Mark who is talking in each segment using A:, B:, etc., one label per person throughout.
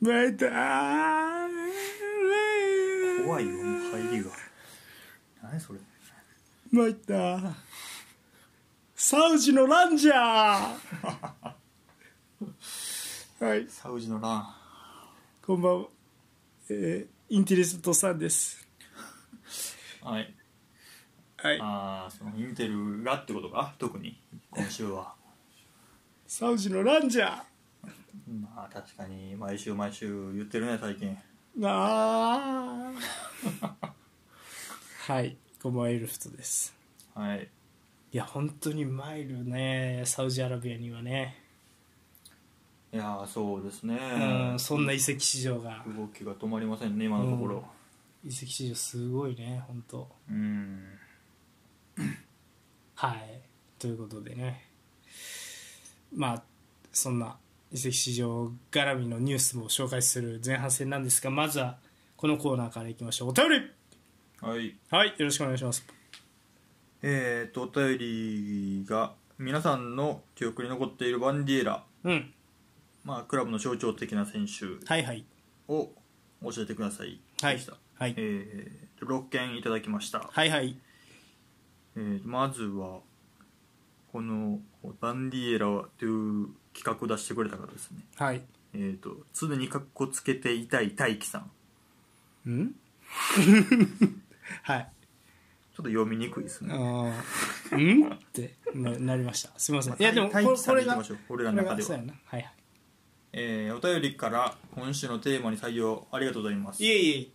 A: また
B: 怖いよもう入りが何それ
A: またサウジのランジャー はい
B: サウジのラン
A: こんばんは、えーインテリストさんです
B: はい
A: はい
B: ああそのインテルがってことか特に今週は
A: サウジのランジャー
B: まあ確かに毎週毎週言ってるね最近
A: あー はいこんばんはエルフトです
B: はい
A: いや本当にマイルねサウジアラビアにはね、
B: いやーそうですね
A: うん、そんな移籍市場が
B: 動きが止まりませんね今のところ
A: 移籍市場すごいね本当
B: うん
A: はいということでねまあそんな移籍市場絡みのニュースも紹介する前半戦なんですがまずはこのコーナーからいきましょうお便り
B: はい
A: はいよろしくお願いします
B: えー、とお便りが皆さんの記憶に残っているバンディエラ
A: うん
B: まあクラブの象徴的な選手
A: はいはい
B: を教えてください
A: は
B: で
A: い
B: した、
A: はい
B: えー、6件いただきました、
A: はいはい
B: えーまずはこのバンディエラという企画を出してくれた方ですね
A: はい
B: えー、と常にかっこつけていたい大輝さん
A: うんはい
B: ちょっと読みにくいですね
A: あー うんってななりましたすみませんいやでもこ
B: 大
A: れ
B: 輝さ
A: こ
B: ん
A: れ
B: でいき
A: が
B: ま
A: こ
B: しょう俺ら
A: れ
B: の中
A: が
B: で
A: そう
B: は
A: や、なはいは
B: えー、お便りから今週のテーマに採用ありがとうございます
A: いいえいえ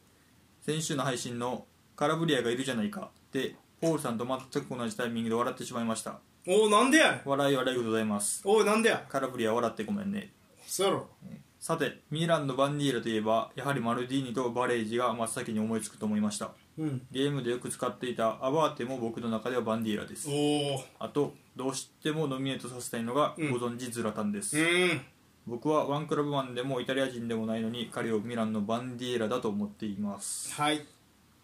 B: 先週の配信の「カラブリアがいるじゃないか」でポールさんと全く同じタイミングで笑ってしまいました
A: おおなんでやねん
B: 笑いはありがとうございます
A: おいなんでや
B: カラブリア笑ってごめんね
A: そうやろ
B: さてミランのバンディーラといえばやはりマルディーニとバレージが真っ先に思いつくと思いました
A: うん
B: ゲームでよく使っていたアバーテも僕の中ではバンディーラです
A: おお
B: あとどうしてもノミネートさせたいのがご
A: うん
B: 存知ズラタンです、
A: うん
B: 僕はワンクラブマンでもイタリア人でもないのに彼をミランのバンディーラだと思っています
A: はい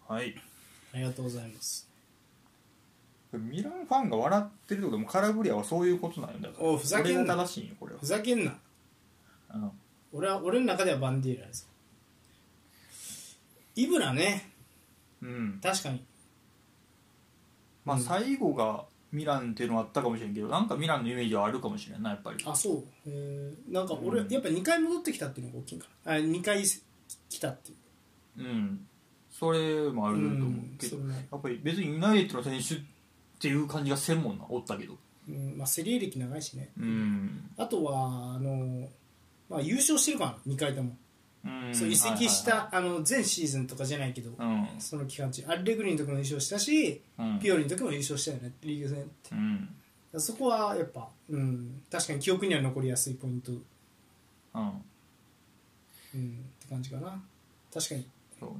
B: はい
A: ありがとうございます
B: ミランファンが笑ってるってこともカラブリアはそういうことなんだから
A: おうふざけんな
B: 俺が正しいんよこれは
A: ふざけんな
B: うん
A: 俺は俺の中ではバンディーラですイブラね
B: うん
A: 確かに
B: まあ
A: うん
B: 最後がミランっていうのはあったかもしれんけどなんかミランのイメージはあるかもしれんなやっぱり
A: あそうへーなんか俺、
B: うん
A: やっぱ2回戻ってきたっていうのが大きいんかなあ2回来たっていう
B: うんそれもあると思うけど、
A: うんそれね
B: やっぱり別にユナイテッドの選手っていう感じがせんもんなおったけど
A: うんまあ、セリエ歴長いしね
B: うん、
A: あとはあの、まあ、優勝してるから2回とも、
B: うん、
A: そう移籍した、
B: は
A: あの全シーズンとかじゃないけど、
B: いはいはい
A: その期間中アレグリの時も優勝したし、
B: うんうん
A: ピオリの時も優勝したよねリーグ戦って
B: うん
A: そこはやっぱ、うん、確かに記憶には残りやすいポイント、
B: うん
A: うん、って感じかな確かに
B: そうね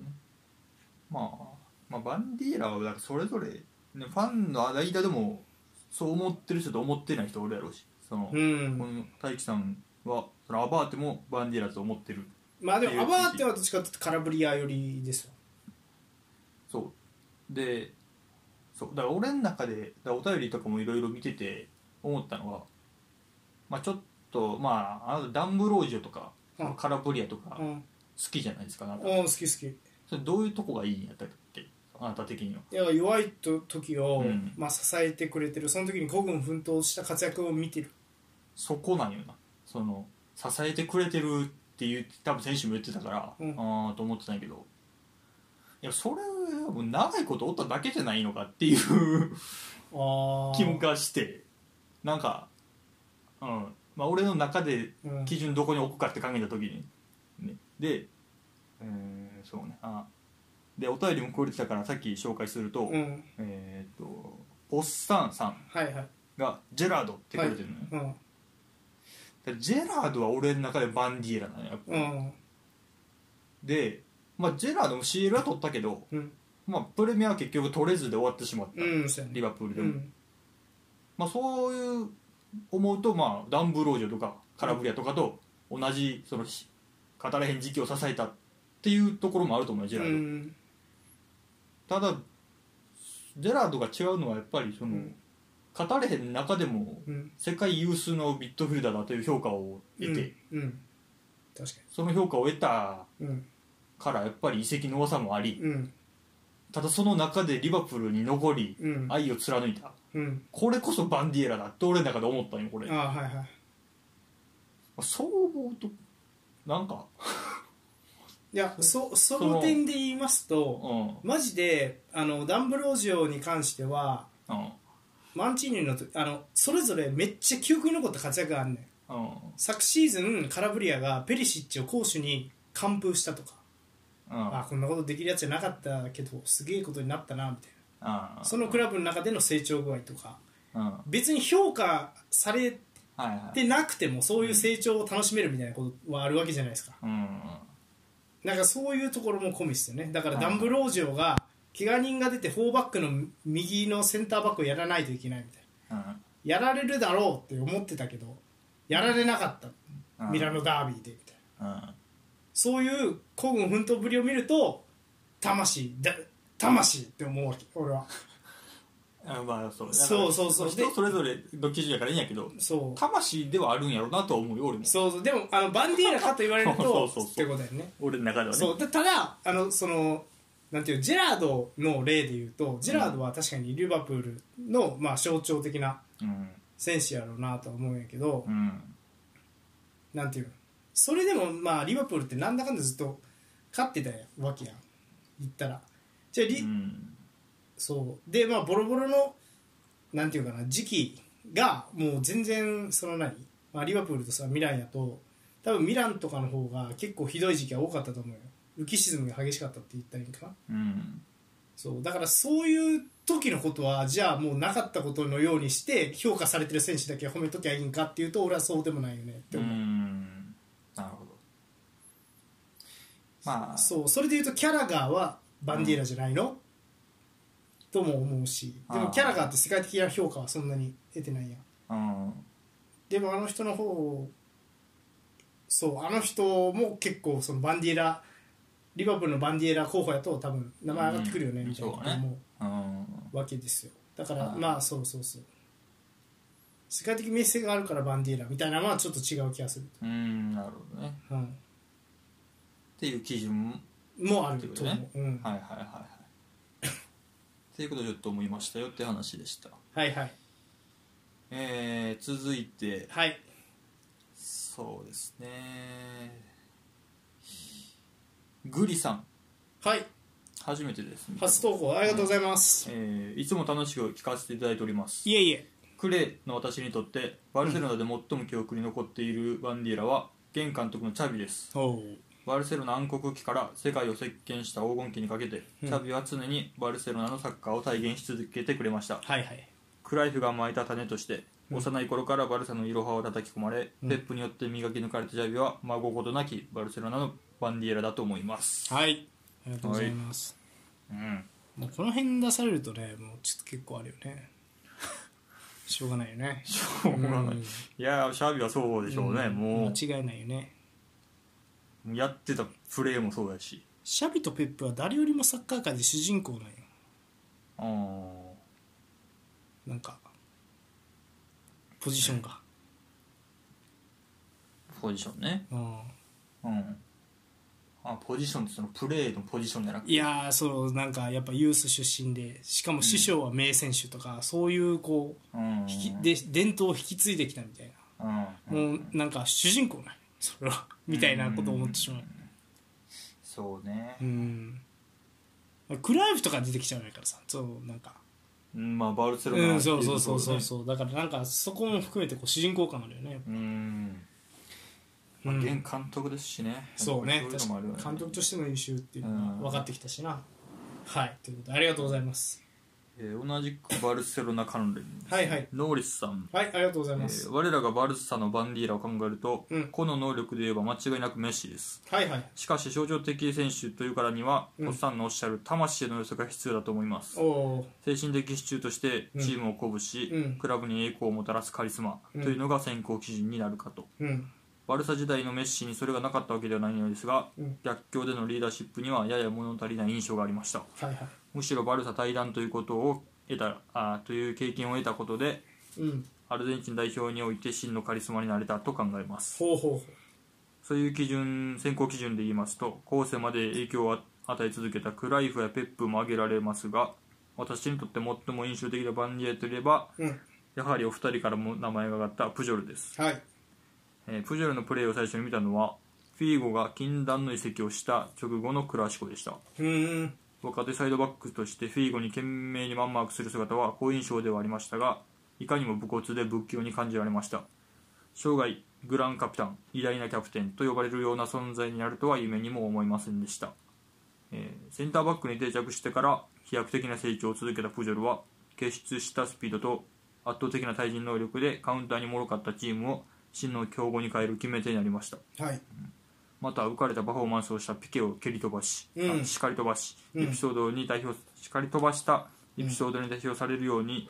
B: まあまあバンディーラはだからそれぞれ、ね、ファンの間でもそう思ってる人と思ってない人おるやろうしその、
A: うん
B: この大樹さんはそのアバーテもバンディーラと思ってる
A: まあで
B: ってい
A: も
B: う
A: アバーテはどっちかっていうとカラブリア寄りですわ
B: そうでそうだから俺の中でだからお便りとかもいろいろ見てて思ったのはまあちょっとまああのダンブロージョとか、
A: うん
B: カラブリアとか
A: う
B: 好
A: ん、
B: きじゃないですかなんか
A: うん、好き好き
B: それどういうとこがいいんやったっけあなた的には。
A: いや弱いと時を、
B: うん
A: まあ、支えてくれてるその時に孤軍奮闘した活躍を見てる
B: そこなんよなその支えてくれてるっていう多分選手も言ってたから、
A: うん
B: ああと思ってたんやけどいやそれはもう長いことおっただけじゃないのかっていう
A: ああ
B: 気もがしてなんか、うんまあ、俺の中で
A: うん
B: 基準どこに置くかって考えた時に、ね、で、えーそうねあでお便りもくれてたからさっき紹介すると、
A: うん
B: えーっとポッサンさん
A: はいはい
B: がジェラードってくれてるのよ、
A: うん
B: でジェラードは俺の中でバンディーラなのよやっぱ
A: うん
B: で、まあ、ジェラードも CL は取ったけど、
A: うん
B: まあ、プレミアは結局取れずで終わってしまった、
A: うんそうやね
B: リバプールで
A: う
B: も、
A: ん
B: まあ、そういう思うと、まあ、ダンブロージョとかカラブリアとかと同じそのし語らへん時期を支えたっていうところもあると思うよジ
A: う
B: ェラード、
A: ん
B: ただジェラードが違うのはやっぱりその、
A: うん
B: 語れへん中でも
A: うん
B: 世界有数のビットフィルダーだという評価を得て、
A: うん確か
B: その評価を得た
A: にうん
B: からやっぱり移籍の噂もあり
A: うん
B: ただその中でリバプールに残り
A: うん
B: 愛を貫いた
A: うん
B: これこそバンディエラだって俺の中で思ったんよこれ
A: ああはいはい
B: そう思うとなんか
A: いやそその点で言います
B: うん
A: と
B: うん
A: マジであのダンブロージオに関してはマンチーニのとあのそれぞれめっちゃ記憶に残った活躍があんねん
B: うん
A: 昨シーズンカラブリアがペリシッチを攻守に完封したとか
B: うん
A: あこんなことできるやつじゃなかったけどすげえことになったなみたい
B: うん
A: なそのクラブの中での成長具合とか
B: うんはい
A: 別に評価され
B: はい
A: てなくてもそういう成長を楽しめるみたいなことはあるわけじゃないですか
B: うん
A: なんかそういうところも込みですよねだからダンブロージオが怪我人が出て4バックの右のセンターバックをやらないといけないみたいな
B: うん
A: やられるだろうって思ってたけどやられなかった
B: うん
A: ミラノダービーでみたいな
B: うん
A: そういう孤軍奮闘ぶりを見ると魂だ魂って思うわけ俺は
B: あまあそうだから
A: そうそうそう
B: 人
A: で
B: それぞれの基準やからいいんやけど
A: そう
B: 魂ではあるんやろうなとは思うよ俺も
A: そうそうでもあのバンディーラかと言われると
B: そう そうそう
A: ってことだよね
B: 俺の中ではね
A: そうたただあのそのなんていうジェラードの例で言うとジェラードは確かにリバプールの、まあ、象徴的な
B: うん
A: 選手やろうなとは思うんやけど、
B: うん
A: なんていうのそれでもまあリバプールってなんだかんだずっと勝ってたわけやん言ったらじゃあリ、
B: うん
A: そうでまあボロボロのなんていうかな時期がもう全然その何、まあ、リバプールとさミランやと多分ミランとかの方が結構ひどい時期は多かったと思うよ浮き沈みが激しかったって言ったらいいんかな
B: うん
A: そうだからそういう時のことはじゃあもうなかったことのようにして評価されてる選手だけ褒めときゃいいんかっていうと俺はそうでもないよねって
B: う
A: 思う、
B: んなるほどまあ
A: そうそれでいうとキャラガーはバンディーラじゃないの、とも思うしで
B: あ
A: も
B: ー
A: キャラガーって世界的な評価はそんなに得てないやん
B: うん
A: でもあの人の方そうあの人も結構そのバンディーラリバプールのバンディーラ候補やと多分名前上がってくるよね
B: うん
A: みたいなこと
B: そうだね
A: 思
B: うん
A: うわけですよだから
B: はい
A: まあそうそうそう世界的名声があるからバンディーラみたいなのはちょっと違う気がする、
B: うんなるほどね
A: うん、
B: っていう基準
A: もあ
B: って
A: る
B: ことと
A: 思
B: ね
A: う、うん、
B: はいはいはいはいっていうことをちょっと思いましたよって話でした
A: はいはい
B: えー、続いて
A: はい
B: そうですねグリさん
A: はい
B: 初めてです
A: 初投稿ありがとうございます、
B: えーいつも楽しく聞かせていただいております
A: いえいえ
B: クレーの私にとってバルセロナで最も記憶に残っているバンディーラは現監督のチャビです
A: お
B: バルセロナ暗黒期から世界を席巻した黄金期にかけて、
A: うん
B: チャビは常にバルセロナのサッカーを体現し続けてくれました
A: はいはい
B: クライフが巻いた種として
A: うん
B: 幼い頃からバルサのイロハを叩き込まれ、
A: うん
B: ペップによって磨き抜かれたジャビは孫ごとなきバルセロナのバンディエラだと思います、
A: はいありがとうございます、
B: うん、
A: もうこの辺出されるとねもうちょっと結構あるよ ねしょうがないよねし
B: ょうがない
A: ん
B: いやーシャビはそうでしょうね、
A: ん
B: もう
A: 間違いないよね
B: やってたプレーもそうやし
A: シャビとペップは誰よりもサッカー界で主人公なんよ
B: あー
A: なんかポジションが
B: ポジションね
A: うん
B: うんあポジションってそのプレーのポジションじゃなくて
A: いやーそうなんかやっぱユース出身でしかも師匠は名選手とか、そういうこう
B: うん
A: 引きで伝統を引き継いできたみたいな、
B: うん、
A: もうなんか主人公なんよそれはみたいなことを思ってしまう、
B: そうね
A: う、んクライフとか出てきちゃうからさそうなんか
B: うん、まあバルセロ
A: う
B: ナ
A: んそうそうそうそう
B: う
A: そうだからなんかそこも含めてこう主人公感あるよね、
B: うん、
A: う
B: まあ、
A: ん
B: 現監督ですしね
A: そうね
B: そういうのもあるよね
A: 確かに監督としての優秀っていう
B: うん
A: のが分かってきたしな、はいということでありがとうございます
B: えー同じくバルセロナ関連です
A: はいはい
B: ノーリスさん、
A: はいありがとうござい
B: え
A: ます、
B: ー我らがバルサのバンディーラを考えると、
A: うん
B: 個の能力で言えば間違いなくメッシです
A: はいはい
B: しかし象徴的選手というからには、
A: うん
B: おっさんのおっしゃる魂の良さが必要だと思います
A: おお
B: 精神的支柱として
A: うん
B: チームを鼓舞し、
A: うん
B: クラブに栄光をもたらすカリスマ
A: う
B: と
A: ん
B: いうのが選考基準になるかと、
A: ーうん
B: バルサ時代のメッシにそれがなかったわけではないのですが、
A: うん
B: 逆境でのリーダーシップにはやや物足りない印象がありました
A: はいは
B: むしろバルサ対談ということを得たあーという経験を得たことで
A: いうん
B: アルゼンチン代表において真のカリスマになれたと考えます
A: ほうほうほ
B: そういう基準選考基準で言いますと後世まで影響を与え続けたクライフやペップも挙げられますが私にとって最も印象的なバンディエといえば
A: うん
B: やはりお二人からも名前が挙がったプジョルです、
A: はい
B: えープジョルのプレーを最初に見たのはフィーゴが禁断の移籍をした直後のクラシコでした
A: うーん
B: 若手サイドバックとしてフィーゴに懸命にマンマークする姿は好印象ではありましたがいかにも武骨で仏教に感じられました生涯グランカピタン偉大なキャプテンと呼ばれるような存在になるとは夢にも思いませんでした、えーセンターバックに定着してから飛躍的な成長を続けたプジョルは傑出したスピードと圧倒的な対人能力でカウンターにもろかったチームを真の強豪に変える決め手になりました
A: はい
B: また浮かれたパフォーマンスをしたピケを蹴り飛ばし、
A: うん
B: あしかり飛ばし、
A: うん
B: エピソードに代表しかり飛ばしたエピソードに代表されるように、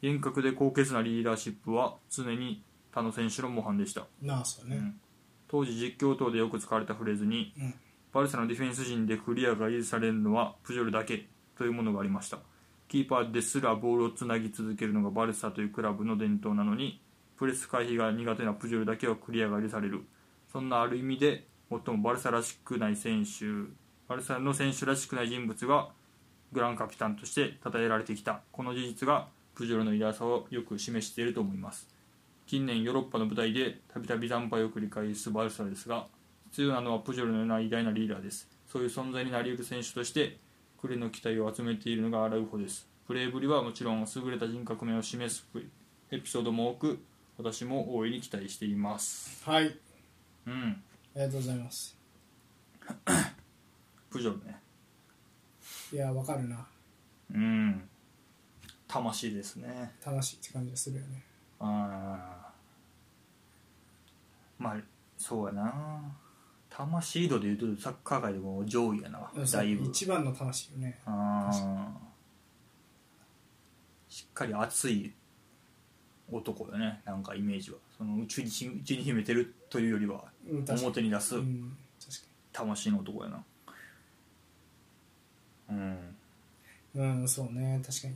B: 厳格で高潔なリーダーシップは常に他の選手の模範でした、
A: なあそう
B: う
A: ね
B: ん当時実況等でよく使われたフレーズに、
A: うん
B: バルサのディフェンス陣でクリアが許されるのはプジョルだけというものがありましたキーパーですらボールをつなぎ続けるのがバルサというクラブの伝統なのにプレス回避が苦手なプジョルだけはクリアが許されるそんなある意味で最もバルサらしくない選手バルサの選手らしくない人物がグランカピタンとして称えられてきたこの事実がプジョルの偉大さをよく示していると思います近年ヨーロッパの舞台でたびたび惨敗を繰り返すバルサですが必要なのはプジョルのような偉大なリーダーですそういう存在になり得る選手としてクレの期待を集めているのがアラウホですプレーぶりはもちろん優れた人格面を示すエピソードも多く私も大いに期待しています
A: はいあり
B: うん
A: がとうございます
B: プジョルね
A: いやわかるな
B: うん魂ですね
A: 楽しいって感じがするよね
B: あーまあそうやな魂度でいうとサッカー界でも上位やな
A: うんそう
B: だいぶ
A: 一番の魂よね
B: あーしっかり熱い男だねなんかイメージはその内にし内に秘めてるというよりは
A: うん確か
B: 表に出す
A: にうん確か
B: 魂の男やなうん
A: にうんそうね確かに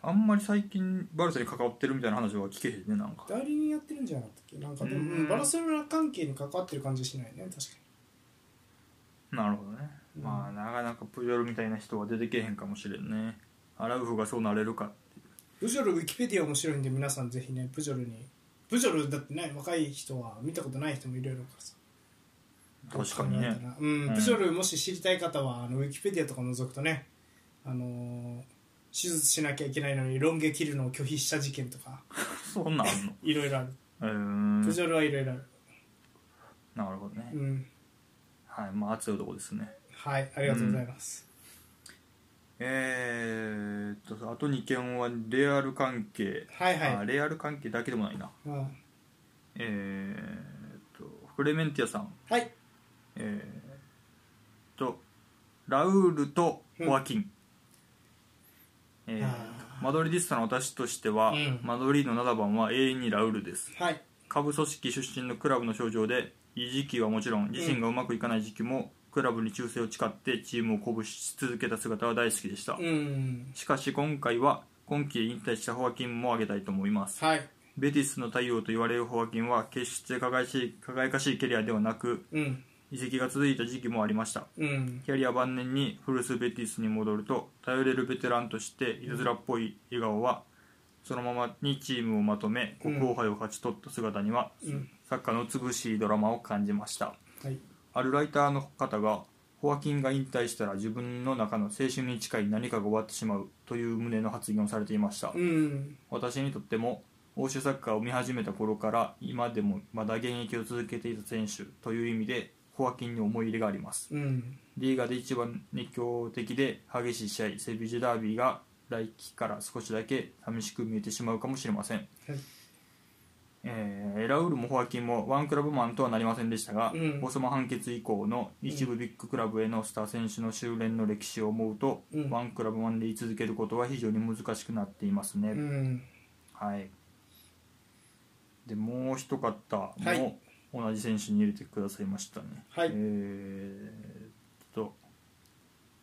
B: あんまり最近バルサに関わってるみたいな話は聞けへんねなんか
A: 代理人やってるんじゃなかったっけなんかでも、
B: うん
A: うんバルセロナ関係に関わってる感じしないね確か
B: なるほどね、
A: うん
B: まあなかなかプジョルみたいな人は出てけへんかもしれんねアラウフがそうなれるか
A: にプジョルウィキペディア面白いんで皆さんぜひねプジョルにプジョルだってね若い人は見たことない人もいろいろからさ
B: 確かに
A: どう考
B: ね
A: えたらうん、
B: うん
A: プジョルもし知りたい方はあのウィキペディアとか覗くとねあのー手術しなきゃいけないのにロン毛切るのを拒否した事件とか
B: そんなんあんの
A: いろいろある、
B: うーん
A: プジョルはいろいろある
B: なるほどね、
A: うん
B: はいまあ熱い男ですね
A: はいありがとうございます、
B: えー、っとあと2件はレアル関係、
A: はいはい
B: あレアル関係だけでもないな
A: うん
B: えー、っとフレメンティアさん
A: はい
B: えー、っとラウールとホアキン、えー
A: あ
B: マドリディスタの私としては、
A: うん
B: マドリード7番は永遠にラウールです
A: はい
B: 下部組織出身のクラブの象徴でいい時期はもちろん自身がうまくいかない時期も、クラブに忠誠を誓ってチームを鼓舞し続けた姿は大好きでした、
A: うん
B: しかし今回は今季引退したホアキンも挙げたいと思います
A: はい
B: ベティスの太陽と言われるホアキンは決して輝かしい輝かしいキャリアではなく
A: うん
B: 移籍が続いた時期もありました
A: うん
B: キャリア晩年に古巣ベティスに戻ると頼れるベテランとしていたずらっぽい笑顔はそのままにチームをまとめ
A: うん
B: 国王杯を勝ち取った姿には、
A: うん
B: サッカーの美しいドラマを感じました
A: はい
B: あるライターの方がホアキンが引退したら自分の中の青春に近い何かが終わってしまうという旨の発言をされていました
A: うん
B: 私にとっても欧州サッカーを見始めた頃から今でもまだ現役を続けていた選手という意味でホアキンに思い入れがあります
A: うん
B: リーガで一番熱狂的で激しい試合セビージュダービーが来季から少しだけ寂しく見えてしまうかもしれません、
A: はい
B: えーラウールもホアキンもワンクラブマンとはなりませんでしたが、
A: うん
B: ボスマ判決以降の一部ビッグクラブへのスター選手の修練の歴史を思うと、
A: うん
B: ワンクラブマンで居続けることは非常に難しくなっていますね、
A: うん
B: はいでもう一方
A: はい
B: も同じ選手に入れてくださいましたね、
A: はい
B: えーっと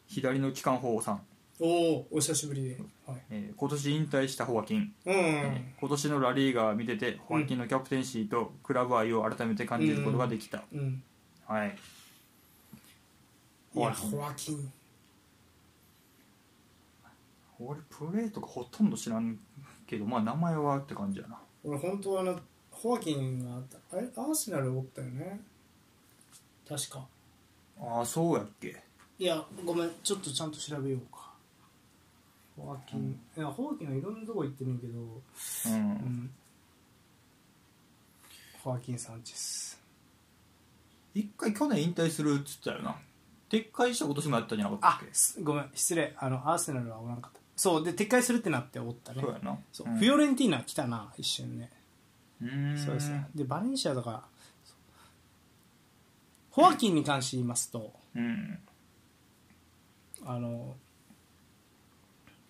B: 左の機関砲さん
A: おおお久しぶりで、はい、
B: えー今年引退したホアキン
A: うん、
B: 今年のラリーガー見ててホアキンのキャプテンシーとクラブ愛を改めて感じることができた、
A: うん
B: はい
A: い
B: ホア
A: や
B: キン
A: ホアキン
B: 俺プレーとかほとんど知らんけどまあ名前はって感じやな
A: 俺本当はあのホアキンがあれアーセナルおったよね確か
B: ああそうやっけ
A: いやごめんちょっとちゃんと調べようかホアキン、いやホアキンはいろんなとこ行ってるんやけど、
B: うん、
A: うん、ホアキン・サンチェス
B: 一回去年引退するっつったよな撤回した今年もやったんじゃなかった
A: あ
B: っけ
A: すごめん失礼あのアーセナルはおらんかったそうで撤回するってなっておったね
B: そうやな
A: そう
B: うん
A: フィオレンティーナ来たな一瞬ね
B: うーん
A: そうですねでバレンシアとかそうホアキンに関して言いますと
B: うん
A: あの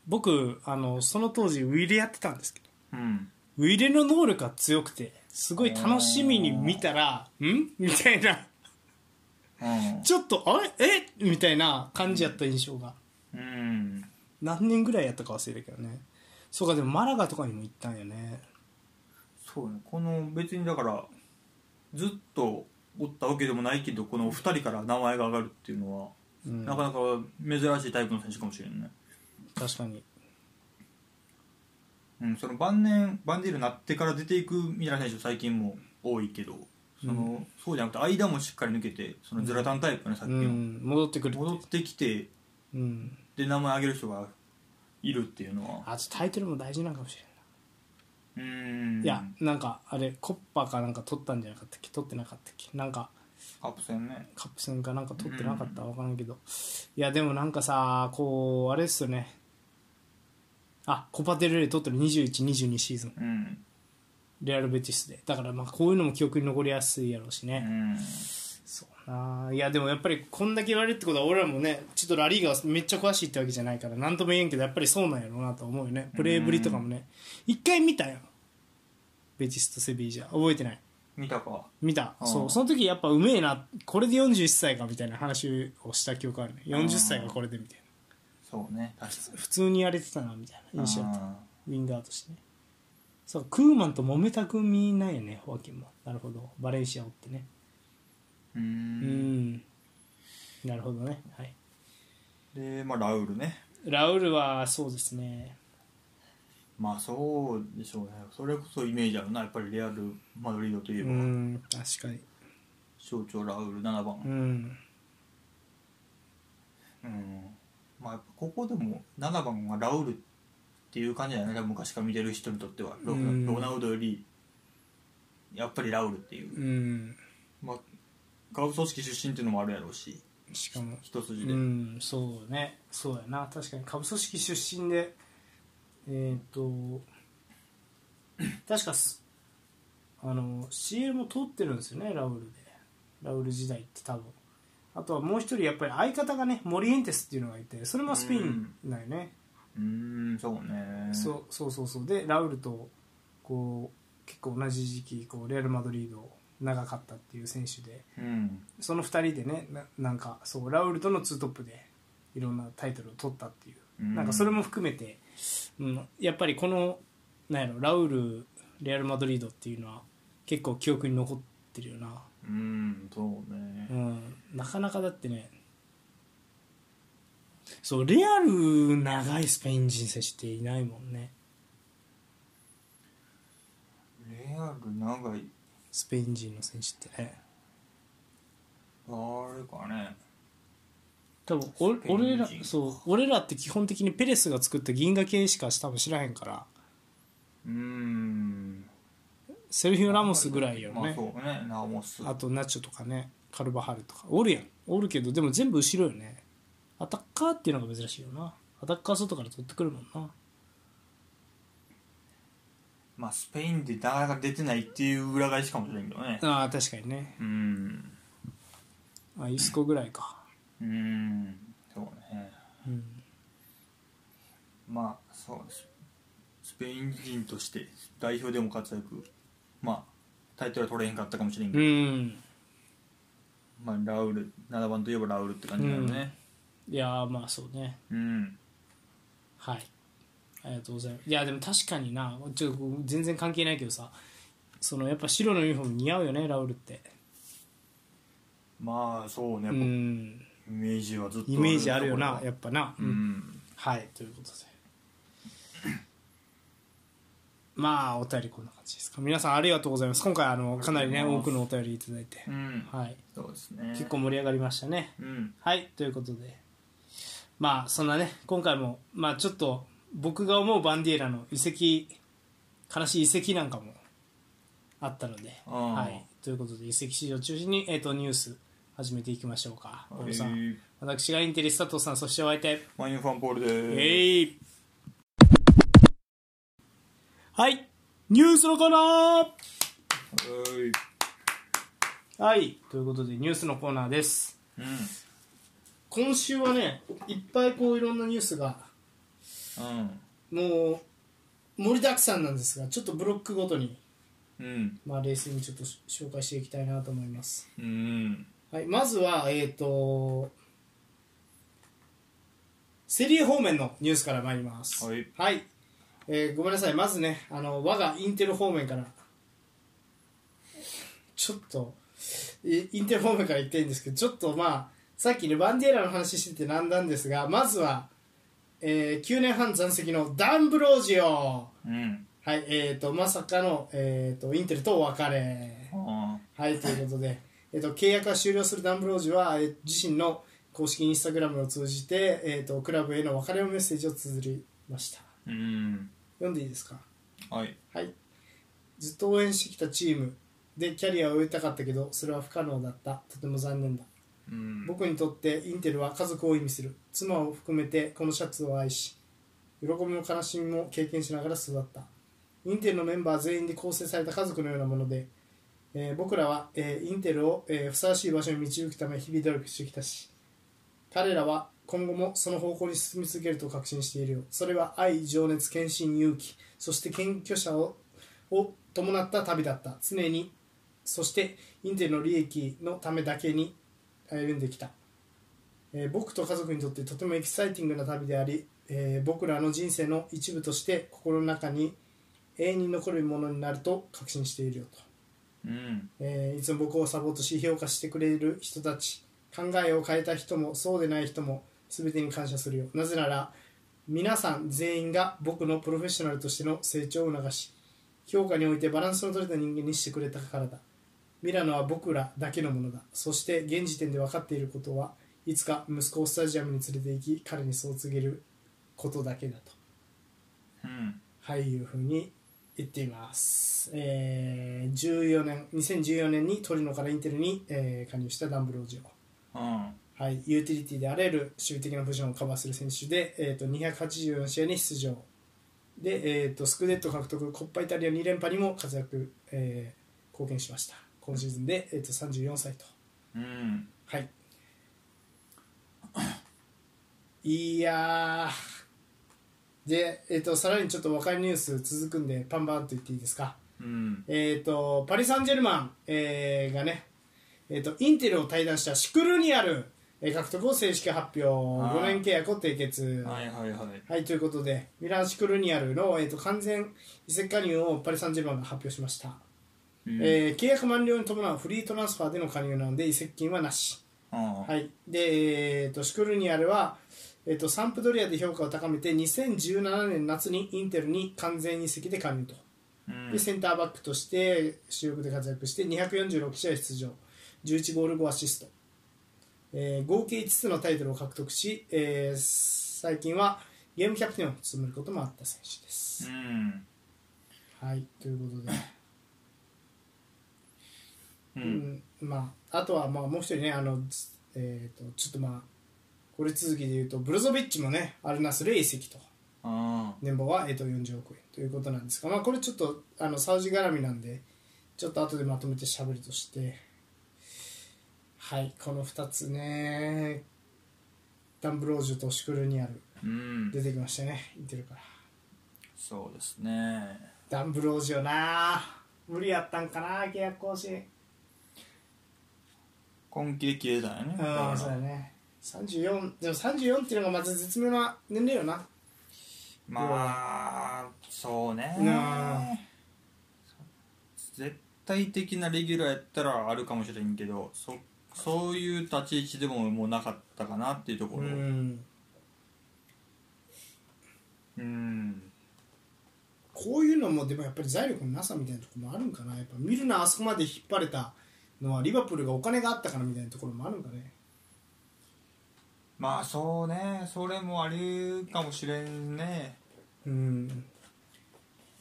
A: 僕あのその当時ウィレやってたんですけど
B: うん
A: ウィレの能力が強くてすごい楽しみに見たら「ん?」みたいな
B: うん
A: ちょっと「あれえみたいな感じやった印象が
B: うん
A: 何年ぐらいやったか忘れたけどねそうかでもマラガとかにも行ったんよね
B: そうねこの別にだからずっとおったわけでもないけどこの2人から名前が上がるっていうの
A: う
B: は、
A: ん
B: なかなか珍しいタイプの選手かもしれないね、
A: 確かに
B: うん、その晩年バンディールになってから出ていくみたいな選手最近も多いけどその、
A: う
B: そうじゃなくて間もしっかり抜けてそのズラタンタイプのさっ
A: う
B: きの、
A: ん戻ってくる
B: 戻ってきて
A: うん
B: で名前上げる人がいるっていうのは
A: あとタイトルも大事なのかもしれない
B: うん
A: いやなんかあれコッパかなんか取ったんじゃなかったっけ取ってなかったっけなんか
B: カップ戦ね
A: カップ戦かなんか取ってなかったわからんけどいやでもなんかさこうあれっすよねあコパデルレイ取ってる2122シーズン
B: うん
A: レアル・ベティスでだからまあこういうのも記憶に残りやすいやろうし
B: う
A: ね、
B: ん
A: そうなあいやでもやっぱりこんだけ言われるってことは俺らもねちょっとラリーがめっちゃ詳しいってわけじゃないから何とも言えんけどやっぱりそうなんやろうなと思うよねプレーぶりとかもね一回見たよベティスとセビージャ覚えてない
B: 見たか
A: 見た
B: うん
A: そうその時やっぱうめえなこれで41歳かみたいな話をした記憶あるね40歳がこれでみたい
B: そうね確か
A: な普通にやれてたなみたいな
B: に
A: 印象だった
B: あ
A: ウィンガーとしてねそうクーマンと揉めた組なんやねホアキンもなるほどバレンシアおってね
B: ーう
A: うんんなるほどねはい
B: でまあラウールね
A: ラウルはそうですね
B: まあそうでしょうねそれこそイメージあるなやっぱりレアル・マドリードというえば、
A: ん確かに
B: 象徴ラウール7番
A: う、ん
B: うんまあやっぱここでも7番はラウールっていう感じだよね多分昔から見てる人にとってはロ,、
A: うん
B: ロナウドよりやっぱりラウールっていう
A: うん
B: まあ、ガウ組織出身っていうのもあるやろうし
A: しかも
B: 一筋
A: う
B: で、
A: んそうねそうやな確かに下部組織出身でえっ、と確かすあの CL も通ってるんですよねラウルでラウル時代って多分あとはもう一人やっぱり相方がねモリエンテスっていうのがいてそれもスペインなんよね、
B: うーんそうね
A: そうそうそうそうでラウルとこう結構同じ時期こうレアル・マドリード長かったっていう選手で
B: うん
A: その2人でねななんかそうラウルとのツートップでいろんなタイトルを取ったっていう、
B: うん
A: なんかそれも含めて、うん、やっぱりこのなんやろラウルレアル・マドリードっていうのは結構記憶に残ってるよな、
B: うんそうね
A: うん、なかなかだってねそうレアル長いスペイン人選手っていないもんね
B: レアル長い
A: スペイン人の選手ってね
B: あれかね
A: 多分俺
B: スペイン人
A: 俺らそう俺らって基本的にペレスが作った銀河系しか多分知らへんから
B: うーん
A: セルヒオ・ラモスぐらいよ
B: まあ
A: ね
B: そうねラモス
A: あとナチョとかねカルバハルとかおるやんおるけどでも全部後ろよねアタッカーっていうのが珍しいよなアタッカー外から取ってくるもんな
B: まあスペインでなかなか出てないっていう裏返しかもしれんけどね
A: ああ確かにね
B: うん
A: あイスコぐらいか
B: うんそうね
A: うん
B: まあそうですスペイン人として代表でも活躍まあタイトルは取れへんかったかもしれんけど、
A: うん
B: まあ、ラウル7番といえばラウルって感じだよね
A: いやーまあそうね
B: うん、
A: はいありがとうございますいやでも確かになちょっとこう全然関係ないけどさそのやっぱ白のユニフォーム似合うよねラウルって
B: まあそうね、
A: う
B: やっぱ
A: ん
B: イメージはずっと
A: イメージあるよな
B: ところ
A: やっぱな、
B: だうん
A: はいということで まあお便りこんな感じですか皆さんありがとうございます今回あのかなりね
B: ありが
A: 多
B: と
A: く
B: う
A: のお便りいただいて
B: う、ん
A: はい、
B: そうですね
A: 結構盛り上がりましたね
B: うん
A: はいということでまあそんなね今回もまあちょっと僕が思うバンディエラの遺跡悲しい遺跡なんかもあったので、
B: あー
A: はい、ということで遺跡市場を中心に、えー、とニュース始めていきましょうか、ポールさん
B: えー
A: 私がインテリス佐藤さんそしてお相手
B: マインファンポールでー
A: えいはいニュースのコーナー
B: す
A: は
B: はい
A: いということでニュースのコーナーです
B: う
A: 今週はねいっぱいこういろんなニュースが
B: ん
A: もう盛りだくさんなんですがちょっとブロックごとに、
B: うん
A: まあ、冷静にちょっとし紹介していきたいなと思います、
B: うんうん
A: はい、まずはえっ、とセリエ方面のニュースから参ります
B: はい
A: えーごめんなさいまずねあの我がインテル方面からちょっといインテル方面から言っていいんですけどちょっとまあさっきねバンディエラの話しててなんだんですがまずは、え9年半残席のダンブロージオ
B: うん
A: はいえー、とまさかの、えー、とインテルとお別れ
B: あ
A: はいということで、 えー、と契約が終了するダンブロージは、えー自身の公式インスタグラムを通じて、えー、とクラブへの別れのメッセージを綴りました
B: ーうん
A: 読んでいいですか
B: はい
A: はいずっと応援してきたチームでキャリアを終えたかったけどそれは不可能だったとても残念だ
B: うん
A: 僕にとってインテルは家族を意味する妻を含めてこのシャツを愛し喜びも悲しみも経験しながら育ったインテルのメンバー全員で構成された家族のようなもので、えー僕らは、えーインテルを、えーふさわしい場所に導くため日々努力してきたし彼らは今後もその方向に進み続けると確信しているよそれは愛情熱献身勇気そして謙虚者をを伴った旅だった常にそしてインテルの利益のためだけに歩んできた、えー僕と家族にとってとてもエキサイティングな旅であり、えー僕らの人生の一部として心の中に永遠に残るものになると確信しているよと、
B: うん
A: えーいつも僕をサポートし評価してくれる人たち考えを変えた人もそうでない人も全てに感謝するよなぜなら皆さん全員が僕のプロフェッショナルとしての成長を促し評価においてバランスの取れた人間にしてくれたからだミラノは僕らだけのものだそして現時点で分かっていることはいつか息子をスタジアムに連れて行き彼にそう告げることだけだと
B: うん
A: はいいうふうに言っています、えー、14年2014年にトリノからインテルに、えー加入したダンブロージオ、
B: あ
A: はい、ユーティリティであらゆる守備的なポジションをカバーする選手で、えー、と284試合に出場で、えー、とスクデット獲得コッパイタリア2連覇にも活躍、えー貢献しました今シーズンで、えー、と34歳と
B: うん
A: はいいやーで、えっとさらにちょっと若いニュース続くんでパンパンと言っていいですか
B: うん
A: えっ、とパリ・サンジェルマン、えーがね、えっとインテルを退団したシュクルニアル、えー獲得を正式発表
B: ー
A: 5年契約を締結
B: はいはいはい
A: はい、ということで、ミラン・シュクルニアルの、えー、と完全移籍加入をパリ・サンジェルマンが発表しました、
B: うん
A: えー契約満了に伴うフリートランスファーでの加入なので移籍金はなし
B: あ
A: はい、で、えーとシュクルニアルは、えーとサンプドリアで評価を高めて2017年夏にインテルに完全移籍で加入と、
B: うん
A: でセンターバックとして主力で活躍して246試合出場11ゴール5アシスト、えー合計5つのタイトルを獲得し、えー最近はゲームキャプテンを務めることもあった選手です。
B: うん
A: はい、ということで、
B: う
A: うんんまあ、あとはまあもう一人ねあの、つえー、とちょっとまあこれ続きで言うとブロゾビッチもねアルナスルへ移籍と
B: あ
A: 年俸は、えー、と40億円ということなんですが、まあ、これちょっとあのサウジ絡みなんでちょっと後でまとめてしゃべるとしてはいこの2つねダンブロージュとシュクルニアル
B: うん
A: 出てきましたねインテルから
B: そうですね
A: ダンブロージュな無理やったんかな契約更新
B: 今季で消えたんやねだか
A: うん
B: ら
A: そうだね34でも34っていうのがまず絶妙な年齢よな
B: まあそうね
A: うん
B: 絶対的なレギュラーやったらあるかもしれんけどそそういう立ち位置でももうなかったかなっていうとこ
A: う
B: ろうん
A: んこういうのもでもやっぱり財力のなさみたいなところもあるんかなやっぱ見るなあそこまで引っ張れたのはリバプールがお金があったからみたいなところもあるんかね
B: まあそうねそれもあるかもしれんね
A: うん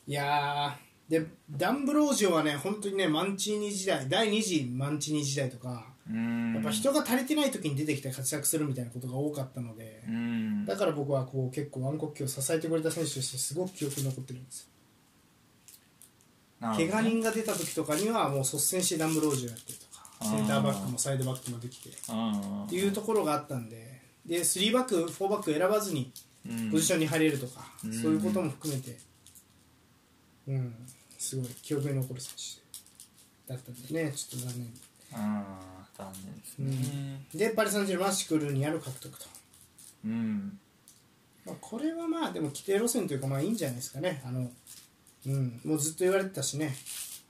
A: いやーでダンブロージョはね本当にねマンチーニ時代第2次マンチーニ時代とか
B: うん
A: やっぱ人が足りてない時に出てきて活躍するみたいなことが多かったので
B: うん
A: だから僕はこう結構暗黒期を支えてくれた選手としてすごく記憶に残ってるんですよ
B: なるほどね
A: 怪我人が出た時とかにはもう率先してダンブロージョやってると
B: あ
A: か
B: ー
A: センターバックもサイドバックもできてっ
B: うん
A: ていうところがあったんでで3バック4バック選ばずに
B: うん
A: ポジションに入れるとか、
B: うん
A: そういうことも含めてうんすごい記憶に残る選手だったんでねちょっと残
B: うん残念ですね
A: 念でパリ・サンジェルマンシクルーニアの獲得と、
B: うん
A: まあ、これはまあでも規定路線というかまあいいんじゃないですかねあのうん、もうずっと言われてたしね、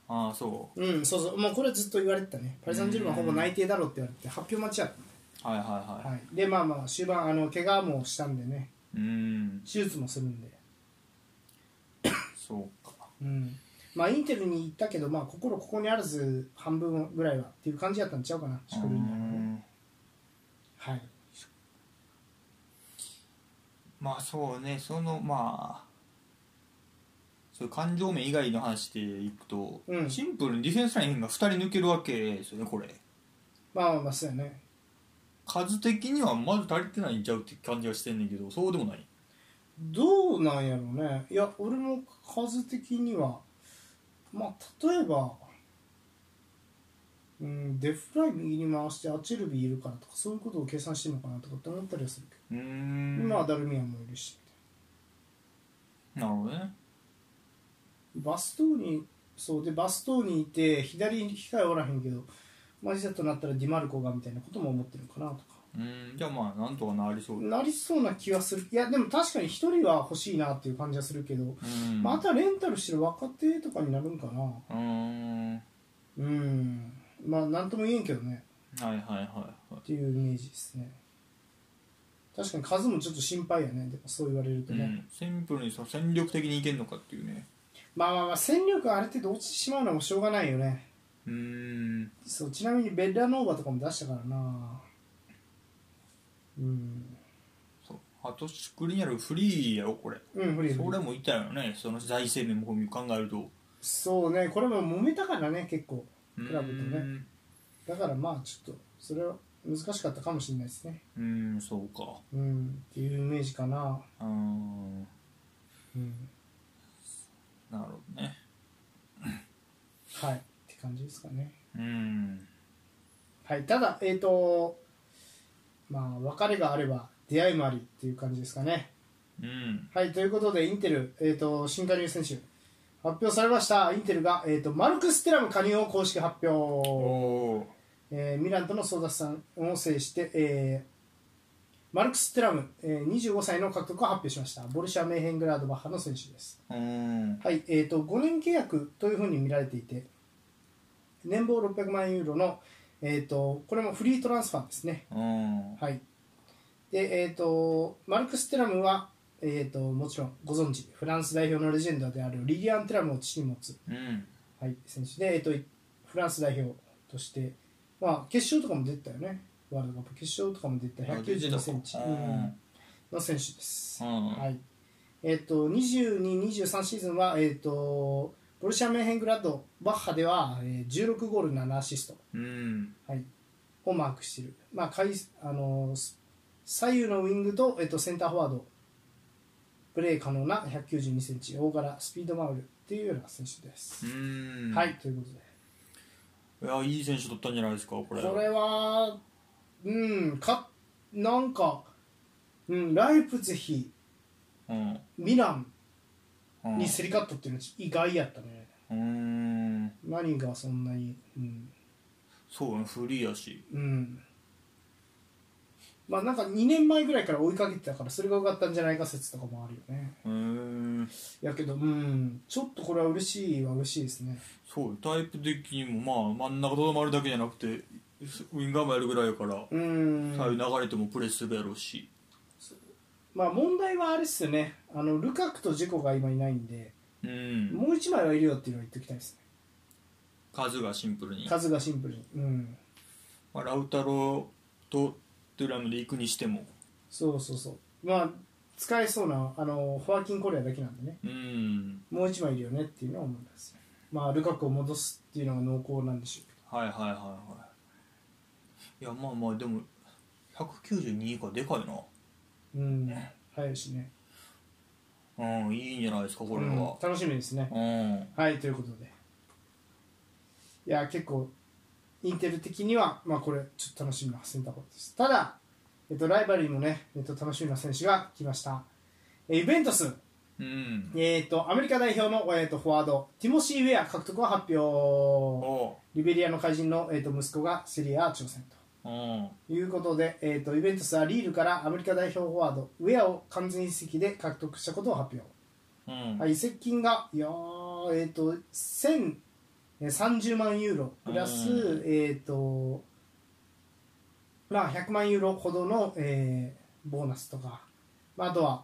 B: ああそ
A: うん、そうそう、もうこれはずっと言われてたね、パリ・サンジェルマンほぼ内定だろうって言われて、発表待ちやっ
B: うはいはいはい
A: た、はい、で、まあまあ、終盤、あの怪我もしたんでね、
B: うん
A: 手術もするんで、
B: そうか
A: うんまあ、インテルに行ったけど、まあ、心ここにあらず半分ぐらいはっていう感じだったんちゃうかな、シュクルーニアはね
B: うん
A: はい、
B: まあそうねそのまあそういう感情面以外の話でいくと、
A: うん
B: シンプルにディフェンスラインが2人抜けるわけですよねこれ
A: まあまあまあそうやね
B: 数的にはまだ足りてないんちゃうって感じはしてんねんけどそうでもない
A: どうなんやろうねいや俺も数的にはまあ例えば、うん、デフライ右に回してアチェルビいるからとかそういうことを計算してるのかなとかって思ったりはするけ
B: うーん
A: ど、今はダルミアンもいるし
B: なるほどね
A: バストーニそうでバストーニいて左に控えおらへんけどマジだとなったらディマルコがみたいなことも思ってるのかなとか
B: うんじゃあまあなんとかなりそう
A: なりそうな気はするいやでも確かに一人は欲しいなっていう感じはするけど、
B: うん
A: またレンタルしてる若手とかになるんかな
B: うーんは
A: うんまあなんとも言えんけどね
B: いはいはいはい
A: っていうイメージですね確かに数もちょっと心配やねでもそう言われると
B: う
A: ね、
B: ん、シンプルにその戦力的にいけるのかっていうね
A: まあまあまあ戦力がある程度落ちてしまうのもしょうがないよね
B: うーん
A: そうちなみにベッラノーバとかも出したからなうん
B: そうあとシュクリニアルフリーやろこれ
A: うんフリー
B: それもいたよねその財政面も考えると
A: そうねこれも揉めたからね結構クラブとね
B: うん
A: だからまあちょっとそれは難しかったかもしれないですね
B: うんそうか
A: うんっていうイメージかな
B: うーん
A: うん
B: なるほどね
A: はいって感じですかね
B: うん
A: はいただえっ、とまあ別れがあれば出会いもありっていう感じですかね
B: うん
A: はいということでインテル、えー、と新加入選手発表されましたインテルが、えー、とマルクス・テラム加入を公式発
B: お
A: 表
B: お
A: えーミランとの争奪戦を制して、えーマルクス・テラム、えー25歳の獲得を発表しましたボルシア・メーヘングラードバッハの選手です、
B: ーうん
A: はいえー、と5年契約というふうに見られていて年俸600万ユーロの、えー、とこれもフリートランスファーですね、
B: うん
A: はいでえー、とマルクス・テラムは、えー、ともちろんご存知フランス代表のレジェンドであるリリアン・テラムを父に持つ
B: うん
A: はい、選手で、えっと、フランス代表として、まあ、決勝とかも出てたよね、ワールドカップ決勝とかも出てた192センチ
B: うん
A: の選手です。
B: うん
A: はいえっと22、23シーズンは、えっとボルシア・メンヘングラードバッハでは、えー16ゴール7アシスト、
B: うん
A: はい、をマークしている、まあ、かいあのーす左右のウィングと、えっとセンターフォワードプレー可能な192センチ大柄スピードマウルっていうような選手です。
B: うん
A: はいということで
B: いやいい選手取ったんじゃないですかこれ
A: これはうんかなんか、うん、ライプツィヒ
B: うん
A: ミラン
B: うん
A: に競り勝ったっていうのは意外やったね
B: うん
A: 何がそんなにうん、
B: そうねフリーやし
A: うん、まあなんか2年前ぐらいから追いかけてたからそれが良かったんじゃないか説とかもあるよね
B: へえ
A: やけどうんちょっとこれは嬉しいは嬉しいですね
B: そうタイプ的にもまあ真ん中とどまるだけじゃなくてウィンガーもやるぐらいやから、
A: う
B: 左
A: ん
B: 右流れてもプレスするやろうし
A: まあ問題はあれっすよねあのルカクとジェコが今いないんで
B: うん
A: もう1枚はいるよっていうのは言っておきたいですね
B: 数がシンプルに、
A: 数がシンプルにうん
B: まあ、ラウタロとドゥラムで行くにしても
A: そうそうそうまあ使えそうなあのホワキン・コレアだけなんでね
B: うん
A: もう1枚いるよねっていうのは思いますねまあルカクを戻すっていうのが濃厚なんでしょうけど
B: はいはいはいはいいやまあまあでも192以下でかい
A: うん早いしね
B: なうんいいんじゃないですかこれ
A: うん
B: は、
A: 楽しみですね
B: うん、
A: はいということでいや結構インテル的には、まあ、これちょっと楽しみなセンターフォワードですただ、えっと、ライバルにもね、えっと、楽しみな選手が来ましたえーユベントス、
B: うん
A: えー、とアメリカ代表の、えー、とフォワードティモシー・ウェア獲得を発表
B: お
A: リベリアの怪人の、えー、と息子がセリア挑戦と
B: うん
A: ということで、えー、とイベントスはリールからアメリカ代表フォワードウェアを完全移籍で獲得したことを発表、
B: うん
A: はい、移籍金がいやーえっ、と1030万ユーロプラス、
B: うん
A: えっ、とまあ100万ユーロほどの、えーボーナスとか、まあ、あとは、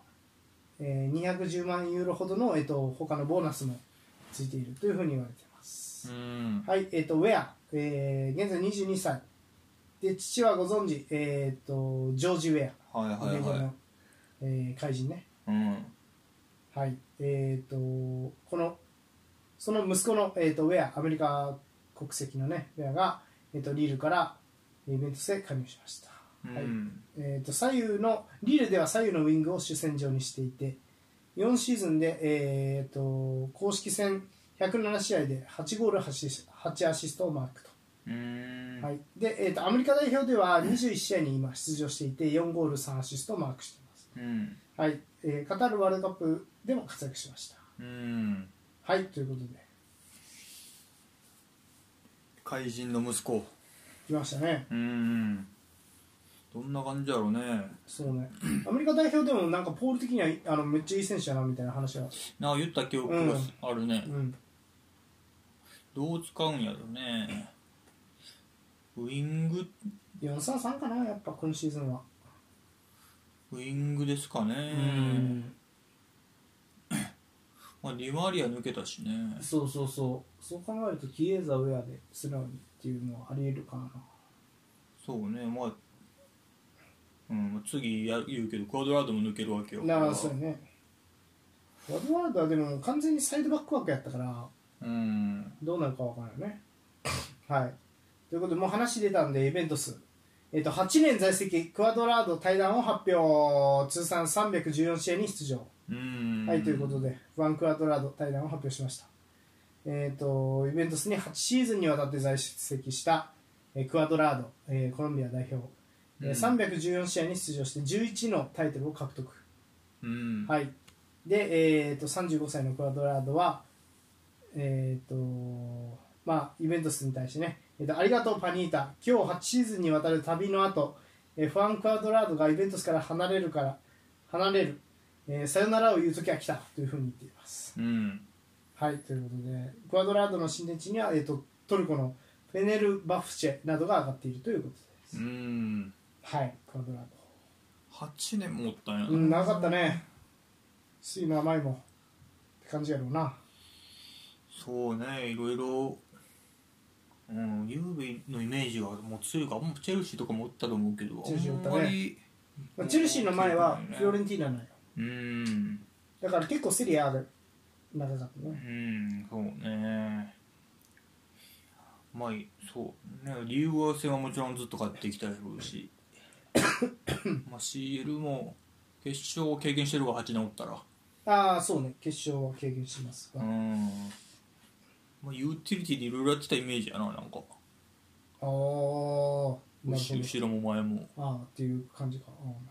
A: えー210万ユーロほどの、えー、と他のボーナスもついているというふうに言われています
B: うん
A: はい、えっ、と、ウェア、えー現在22歳。で、父はご存知、えっ、と、ジョージ・ウェ
B: はい
A: ア、
B: はい
A: イメージ
B: は
A: の、えー怪人ね。
B: いうん
A: はい、えっ、と、この、その息子の、えっ、と、ウェア、アメリカ国籍のね、ウェアが、えっ、と、リールから、イベントスへ加入しました。はい
B: うん
A: えー、と左右のリールでは左右のウィングを主戦場にしていて4シーズンで、えー、と公式戦107試合で8ゴール8シス8アシストをマークと,、
B: うん
A: はいでえー、とアメリカ代表では21試合に今出場していて4ゴール3アシストをマークしています、
B: うん
A: はいえーカタールワールドカップでも活躍しました
B: うん
A: はいということで
B: 怪人の息子
A: 来ましたね
B: うんどんな感じやろうね
A: そう ねアメリカ代表でもなんかポール的にはあのめっちゃいい選手だなみたいな話は、
B: なんか言った記憶があるね、
A: うん、
B: どう使うんやろうねウイング
A: 433かなやっぱ今シーズンは
B: ウイングですかね
A: うん
B: まあ、ディマリア抜けたしね
A: そうそうそうそう考えるとキエーザウェアで素直にっていうのはありえるかな
B: そうねまあ、うん、まあ次や言うけどクアドラードも抜けるわけよ
A: なあそうやねワドワードはでも完全にサイドバック枠やったから
B: うん
A: どうなるかわからないよねはいということでもう話出たんでイベント数えっと8年在籍クアドラード対談を発表通算314試合に出場
B: うん
A: はい、ということで、ワンクアドラード対談を発表しました。えっ、と、イベントスに8シーズンにわたって在籍した、えークアドラード、えーコロンビア代表、えー
B: うん
A: 314試合に出場して11のタイトルを獲得。
B: うん
A: はい。で、えっ、と、35歳のクアドラードは、えっ、と、まあ、イベントスに対してね、えーとありがとうパニータ、今日8シーズンにわたる旅の後、えーファン・クアドラードがイベントスから離れるから、離れる、えーさよならを言う時は来たというふうに言っています。
B: うん
A: はい、ということで、クアドラードの新天地には、えーとトルコのフェネル・バフチェなどが上がっているということです。
B: うん
A: はい、クアドラー
B: 8年もおったんやな
A: ド。うん、長かったね。酸いも甘いも、って感じやろうな。
B: そうねいろいろうんユーベのイメージがもう強いからもうチェルシーとかもおったと思うけど
A: チェルシーおったね
B: あんまり
A: まあ、チェルシーの前はフィオレンティーナなのよ
B: うん
A: だから結構セリアが長かった
B: う
A: ね
B: んそうねまあそうね理由合戦はもちろんずっと勝っていきたいだろ うしまあ CL も決勝を経験してるが8年おったら
A: ああそうね決勝は経験します
B: う
A: が、あ
B: んまあユーティリティでいろいろやってたイメージやななんか
A: あーなる
B: 後
A: ほ
B: 後ろも前も
A: どああっていう感じか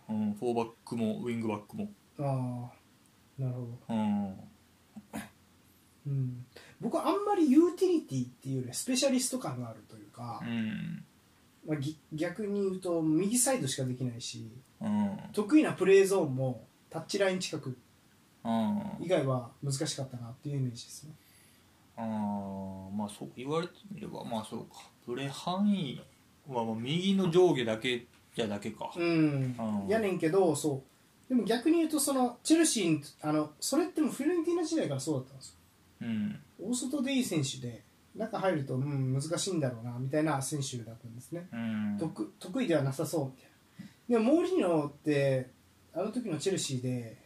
A: あ
B: うん、フォーバックもウィングバックも、
A: あーなるほど、
B: うん、
A: うん、僕はあんまりユーティリティっていうよりスペシャリスト感があるというか、
B: うん、
A: まあ、ぎ逆に言うと右サイドしかできないし
B: うん
A: 得意なプレーゾーンもタッチライン近く
B: うん
A: 以外は難しかったなっていうイメージですね
B: あーまあそう言われてみればまあそうかプレ範囲はまあ右の上下だけじゃだけか
A: うん
B: うん
A: やねんけどそうでも逆に言うとそのチェルシーにあのそれってもうフィルンティーナ時代からそうだったんですよ
B: うん
A: 大外でいい選手で中入ると、うん、難しいんだろうなみたいな選手だったんですね、
B: うん
A: 得得意ではなさそうみたいなでもモーリーノってあの時のチェルシーで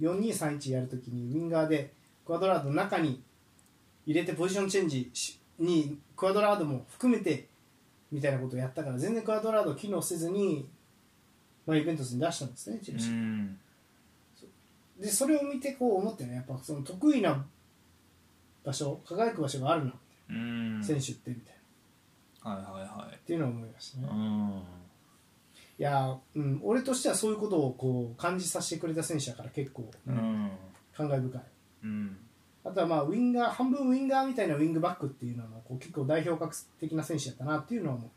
A: 4231やるときにウィンガーでクアドラードの中に入れてポジションチェンジしにクアドラードも含めてみたいなことをやったから全然クアドラード機能せずに、まあ、イベントスに出したんですねチェルシー、
B: うん
A: でそれを見てこう思ってねやっぱその得意な場所輝く場所があるな
B: うん
A: 選手ってみたいな
B: はいは
A: っていうのを思いました
B: い
A: ね、
B: はい
A: いやー、うん、俺としてはそういうことをこう感じさせてくれた選手だから結構、
B: うんうん
A: 感慨深い
B: うん
A: あとはまあウィンガー半分ウィンガーみたいなウィングバックっていうのもこう結構代表格的な選手だったなっていうのは思う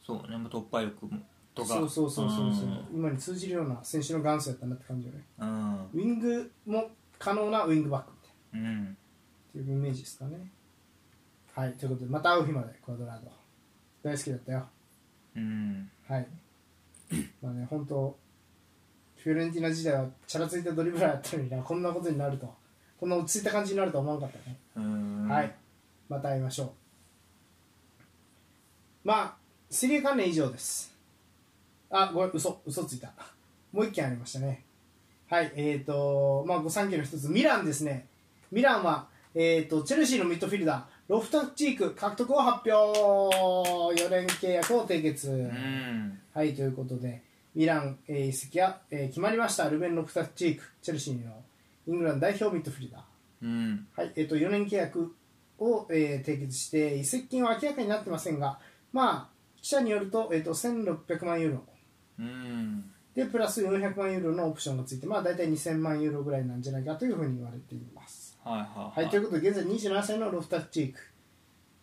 B: そうねまあ突破力もとか
A: そうそうそうそうそう、
B: ん
A: 今に通じるような選手の元祖やったなって感じよね
B: うん
A: ウィングも可能なウィングバックみたいな
B: うん
A: っていうイメージですかねはいということでまた会う日までクアドラード大好きだったよ
B: うん
A: はい。まあね、本当フィオレンティーナ時代はチャラついたドリブラーやったのにな、こんなことになるとは、こんな落ち着いた感じになるとは思わなかったね。
B: うん
A: はい。また会いましょう。まあ、セリエ関連以上です。あ、ごめん、嘘、嘘ついた。もう一件ありましたね。はい、えっ、ー、と、まあ、ご三家の一つ、ミランですね。ミランは、えっ、と、チェルシーのミッドフィルダー、ロフタチーク獲得を発表 !4 年契約を締結。
B: うん
A: はい、ということで、ミランえー移籍が、えー決まりました、ルベン・ロクタチーク、チェルシーのイングランド代表ミッドフィルダー。
B: うん
A: はいえっと4年契約を、えー締結して、移籍金は明らかになってませんが、まあ、記者によると、えっと1600万ユーロ、
B: うん
A: でプラス400万ユーロのオプションがついて、まあ、大体2000万ユーロぐらいなんじゃないかというふうに言われています。
B: はいはい
A: はい、ということで現在27歳のロフタチーク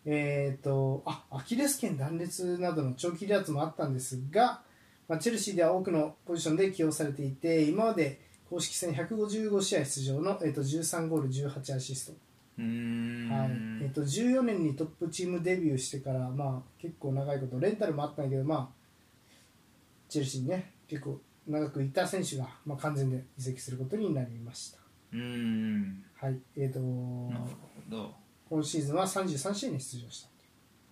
A: えっ、とあアキレス腱断裂などの長期離脱もあったんですが、まあ、チェルシーでは多くのポジションで起用されていて今まで公式戦155試合出場の、えー、と13ゴール18アシス
B: う
A: ト、
B: ん
A: はいえー、と14年にトップチームデビューしてから、まあ、結構長いことレンタルもあったんだけど、まあ、チェルシーにね結構長くいた選手が、まあ、完全で移籍することになりました。
B: うん
A: はいえーと
B: なるほど
A: 今シーズンは33試合に出場し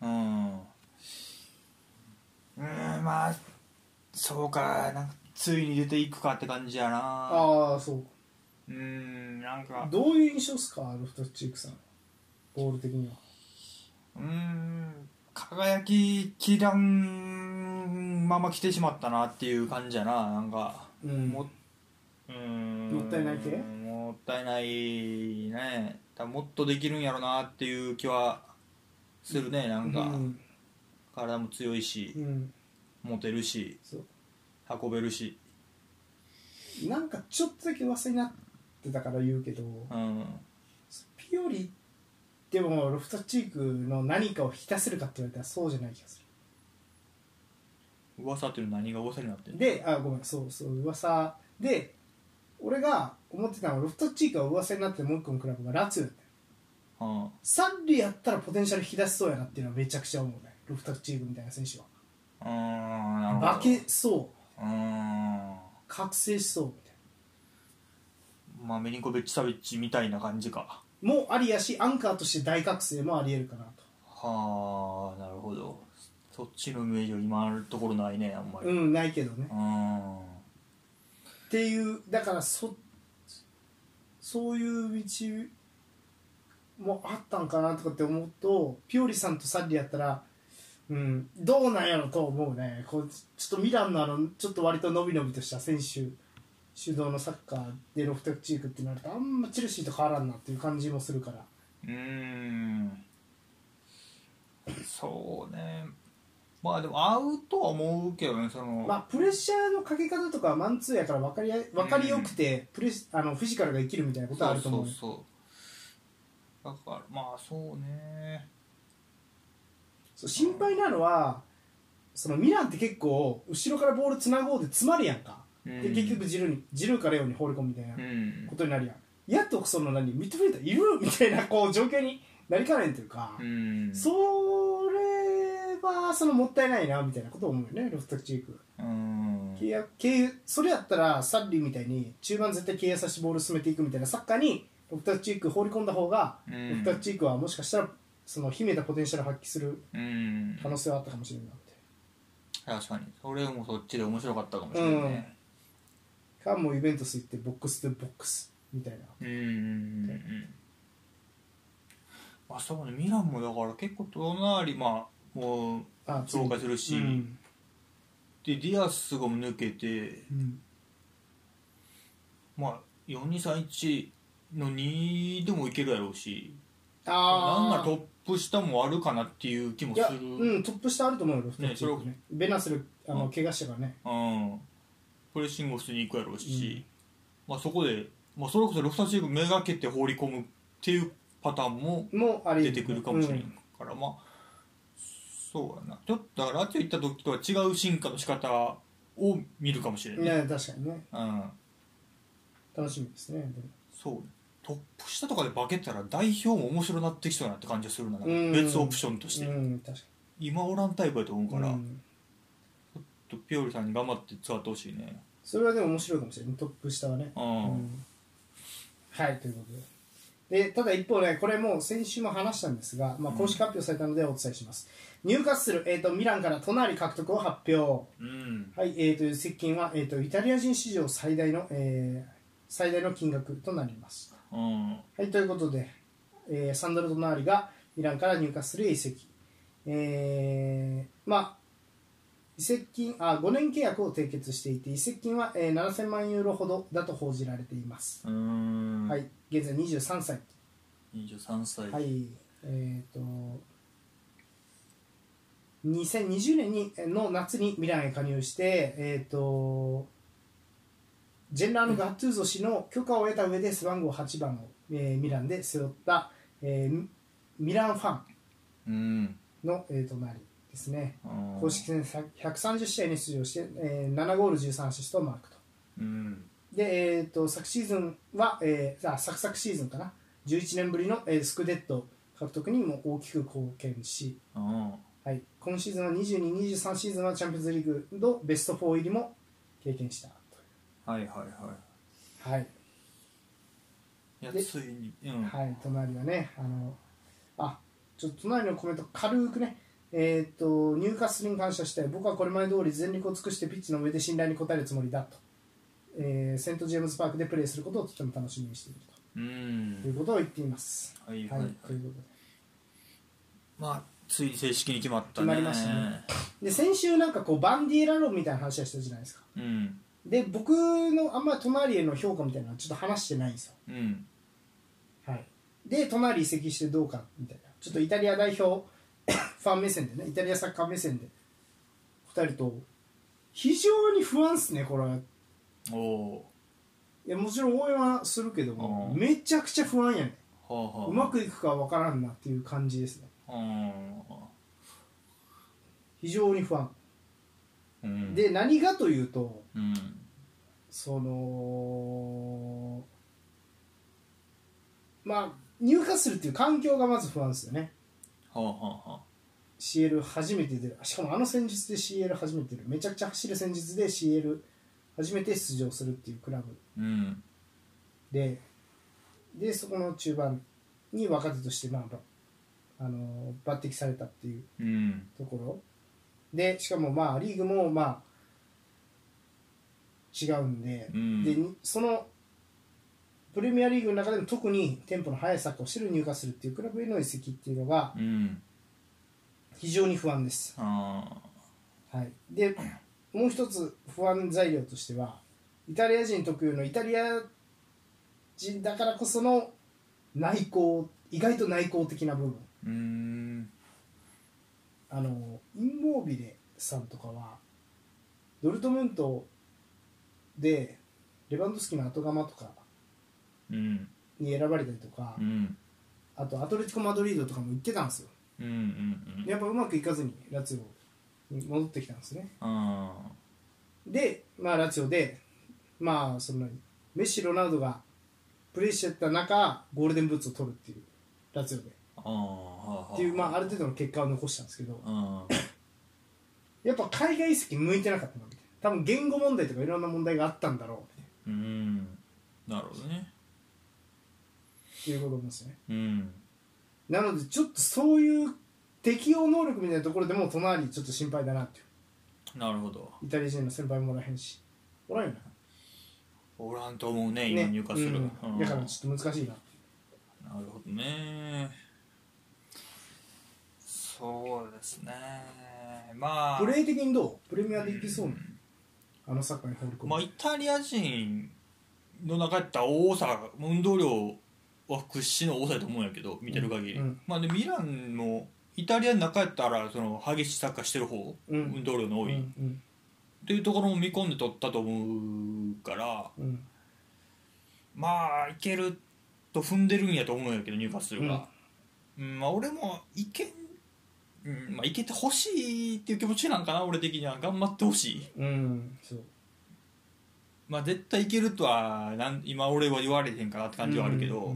A: た
B: うんうんまあそうかなんかついに出ていくかって感じやな
A: ああそう
B: うんなんか
A: どういう印象ですかロフトチークさんボール的には
B: うん輝ききらんまま来てしまったなっていう感じやななんか
A: うん
B: もうん
A: もったいない系
B: もったいないねだからもっとできるんやろなっていう気はするねな
A: うん
B: か、
A: ん、
B: 体も強いし
A: うん、
B: モテるし
A: そ
B: 運べるし
A: うなんかちょっとだけ噂になってたから言うけど
B: うん
A: ピオリでもロフトチークの何かを引き出せるかって言われたらそうじゃない気がす
B: 噂っていうのは何が噂になって
A: る
B: んの
A: であごめんそうそう噂で俺が思ってたのはロフトチークが噂になってもう一個のクラブがラツィオだった
B: うん
A: サッリやったらポテンシャル引き出しそうやなっていうのはめちゃくちゃ思うねロフトチークみたいな選手は
B: うーんなるほど
A: 化けそう
B: うーん
A: 覚醒しそうみたい
B: まあメリンコベッチ・サビッチみたいな感じか
A: なもありやしアンカーとして大覚醒もありえるかなと
B: はあなるほどそっちのイメージは今のところないねあんまり
A: う
B: うん
A: ないけどね
B: ーん
A: っていうだからそそういう道もあったんかなとかって思うとピオリさんとサッリやったらうんどうなんやろと思うねこうちょっとミランのあのちょっと割と伸び伸びとした選手主導のサッカーでロフテクチークってなるとあんまチェルシーと変わらんなっていう感じもするから
B: うーんそうねまあでも合うとは思うけどねその、
A: まあ、プレッシャーのかけ方とかはマンツーやから分かりや分かりよくて、プレッシあのフィジカルが生きるみたいなことはあると思う
B: そうそうそうだからまあそうね
A: そう心配なのはそのミランって結構後ろからボールつなごうで詰まるやんか、
B: う
A: で
B: ん
A: 結局ジルーにジルーからように放り込むみたいな
B: うん
A: ことになるやん、やっとその何ミッドフィルダーいるみたいなこう状況になりかねんというか、
B: うん
A: それはそのもったいないなみたいなことを思うよねロフトチーク
B: うん
A: 契約経由それやったらサッリーみたいに中盤絶対経由させてボール進めていくみたいなサッカーにロフトチーク放り込んだ方が、
B: うん
A: ロフトチークはもしかしたらその秘めたポテンシャルを発揮する
B: うん
A: 可能性はあったかもしれないなって
B: 確かにそれもそっちで面白かったかもしれないね
A: かもうイベントス行ってボックスとボックスみたいな
B: うんうんうんうんまあそうねミランもだから結構隣まあもう
A: あ
B: 増加するし、
A: うん
B: でディアスがも抜けて
A: うん
B: まあ4231の2でもいけるやろうしなんな
A: あ
B: ら
A: ー
B: トップ下もあるかなっていう気も
A: い
B: す
A: や、
B: る
A: うん、トップ下あると思うよ、ロフトチーク
B: それ
A: ね。ベナスル、あの、
B: うん
A: 怪我したからね。
B: うん、プレッシングを普通に行くやろうし、まあ、そこで、まあ、それこそロフタチークめがけて放り込むっていうパターンも
A: もう、あれ、
B: 出てくるかもしれないから、まあそうやなちょっとだからラチオ行った時とは違う進化の仕方を見るかもしれ
A: うん
B: ない
A: い
B: ね、
A: や、確かにね。
B: うん、
A: 楽しみですね。でも
B: そうトップ下とかで化けたら代表も面白なってきそうやなって感じがするな、
A: うん
B: 別オプションとして、
A: うん、確か
B: 今おらんタイプやと思う
A: に。
B: から、
A: うん
B: ちょっとピオリさんに頑張って使ってほしいね
A: それはでも面白いかもしれない、トップ下はね。
B: うん、
A: はい、ということで。で、ただ一方ね、これもう先週も話したんですが、まあ、公式発表されたのでお伝えします。入荷する、えっ、と、ミランから隣獲得を発表。
B: うん
A: はい、えー、と接近は、えー、とイタリア人史上最大の、えー最大の金額となります。
B: うん
A: はい、ということで、えーサンドロ・ドナーリがイランから入荷する移籍。えーまあ、移籍金あ5年契約を締結していて移籍金は、えー7000万ユーロほどだと報じられています、
B: うーん
A: はい現在23歳
B: 23歳
A: はいえー、と2020年にの夏にミランへ加入して、えー、とジェンラーノ・ガットゥーゾ氏の許可を得た上で背番号8番を、えーミランで背負った、えーミランファン
B: うん
A: の、えー、隣ですね
B: うん
A: 公式戦130試合に出場して、えー7ゴール13アシストをマークと
B: うん
A: で、えー、と昨シーズンは、えー、あ昨々シーズンかな11年ぶりの、えースクデッド獲得にも大きく貢献し、
B: うん
A: はい、今シーズンは2223シーズンはチャンピオンズリーグのベスト4入りも経験したと
B: はいはいは
A: はい、
B: いいや
A: で
B: ついにうん
A: はい、隣はねあのあちょっと隣のコメント軽くねえー、と入荷するに感謝して僕はこれまで通り全力を尽くしてピッチの上で信頼に応えるつもりだと、えーセント・ジェームズ・パークでプレーすることをとても楽しみにしていると
B: う
A: という
B: ん
A: ことを言っています。
B: はいは
A: はいい
B: はい、
A: ということで
B: まあついに正式に決まった
A: 決
B: ね
A: まりましたねで先週なんかこうバンディーラ論みたいな話はしたじゃないですか
B: うん
A: で僕のあんまり隣への評価みたいなのはちょっと話してないんですよ
B: うん
A: はいで隣移籍してどうかみたいなちょっとイタリア代表 ファン目線でねイタリアサッカー目線で答えると非常に不安っすねこれは
B: おお
A: いやもちろん応援はするけども
B: うん
A: めちゃくちゃ不安やね
B: ーはあはあ
A: うまくいくかわからんなっていう感じですね
B: うん
A: 非常に不安
B: うん
A: で何がというと
B: うん
A: そのまあ入荷するっていう環境がまず不安ですよね
B: はあはあは
A: CL 初めて出るしかもあの戦術で CL 初めて出るめちゃくちゃ走る戦術で CL 初めて出場するっていうクラブ
B: うん
A: ででそこの中盤に若手として、まあば、あの抜擢されたっていう
B: うん
A: ところでしかもまあリーグもまあ違うんで,、
B: うん
A: でにそのプレミアリーグの中でも特にテンポの速いサッカーをしてる入荷するっていうクラブへの移籍っていうのが
B: うん
A: 非常に不安です、
B: あ
A: はい、でもう一つ不安材料としてはイタリア人特有のイタリア人だからこその内向意外と内向的な部分
B: ーうん
A: あのインモービレさんとかはドルトムントでレバンドフスキの後釜とか
B: うん
A: に選ばれたりとか、
B: うん
A: あとアトレティコ・マドリードとかも行ってたんですよ
B: うんうんうん
A: やっぱうまくいかずにラツィに戻ってきたんですね。
B: あ
A: で、まあ、ラツィオで、まあ、そのメッシ、ロナウドがプレーしちゃった中、ゴールデンブーツを取るっていう、ラツィオで。
B: あああ
A: っていう、まあ、ある程度の結果を残したんですけど、
B: あ
A: やっぱ海外移籍向いてなかったなみたいな。多分言語問題とかいろんな問題があったんだろう
B: うんなるほどね
A: っていうことなんですね。
B: うん
A: なので、ちょっとそういう適応能力みたいなところでも、隣ちょっと心配だなっていう。
B: なるほど
A: イタリア人の先輩もおらへんし。おらんよな。
B: おらんと思うね今入荷する、
A: ね
B: う
A: うんん、だからちょっと難しいな
B: なるほどねそうですねまあ
A: プレー的にどうプレミアでいきそうなあのサッカーに入り込む、
B: まあ、イタリア人の中やったら大阪が運動量は屈指の多さやと思うんやけど見てる限り、
A: うんうん
B: まあ、でミランもイタリアの中やったらその激しいサッカーしてる方、
A: うん
B: 運動量の多い、
A: う
B: っ
A: ん
B: ていうところも見込んで取ったと思うから
A: うんうん
B: まあいけると踏んでるんやと思うんやけど入荷するが、うんまあ、俺もいけん、うんまあ、いけてほしいっていう気持ちなんかな俺的には頑張ってほしい。
A: うんそう
B: まあ、絶対いけるとはなん今俺は言われてへんかなって感じはあるけ
A: う
B: ど、
A: ん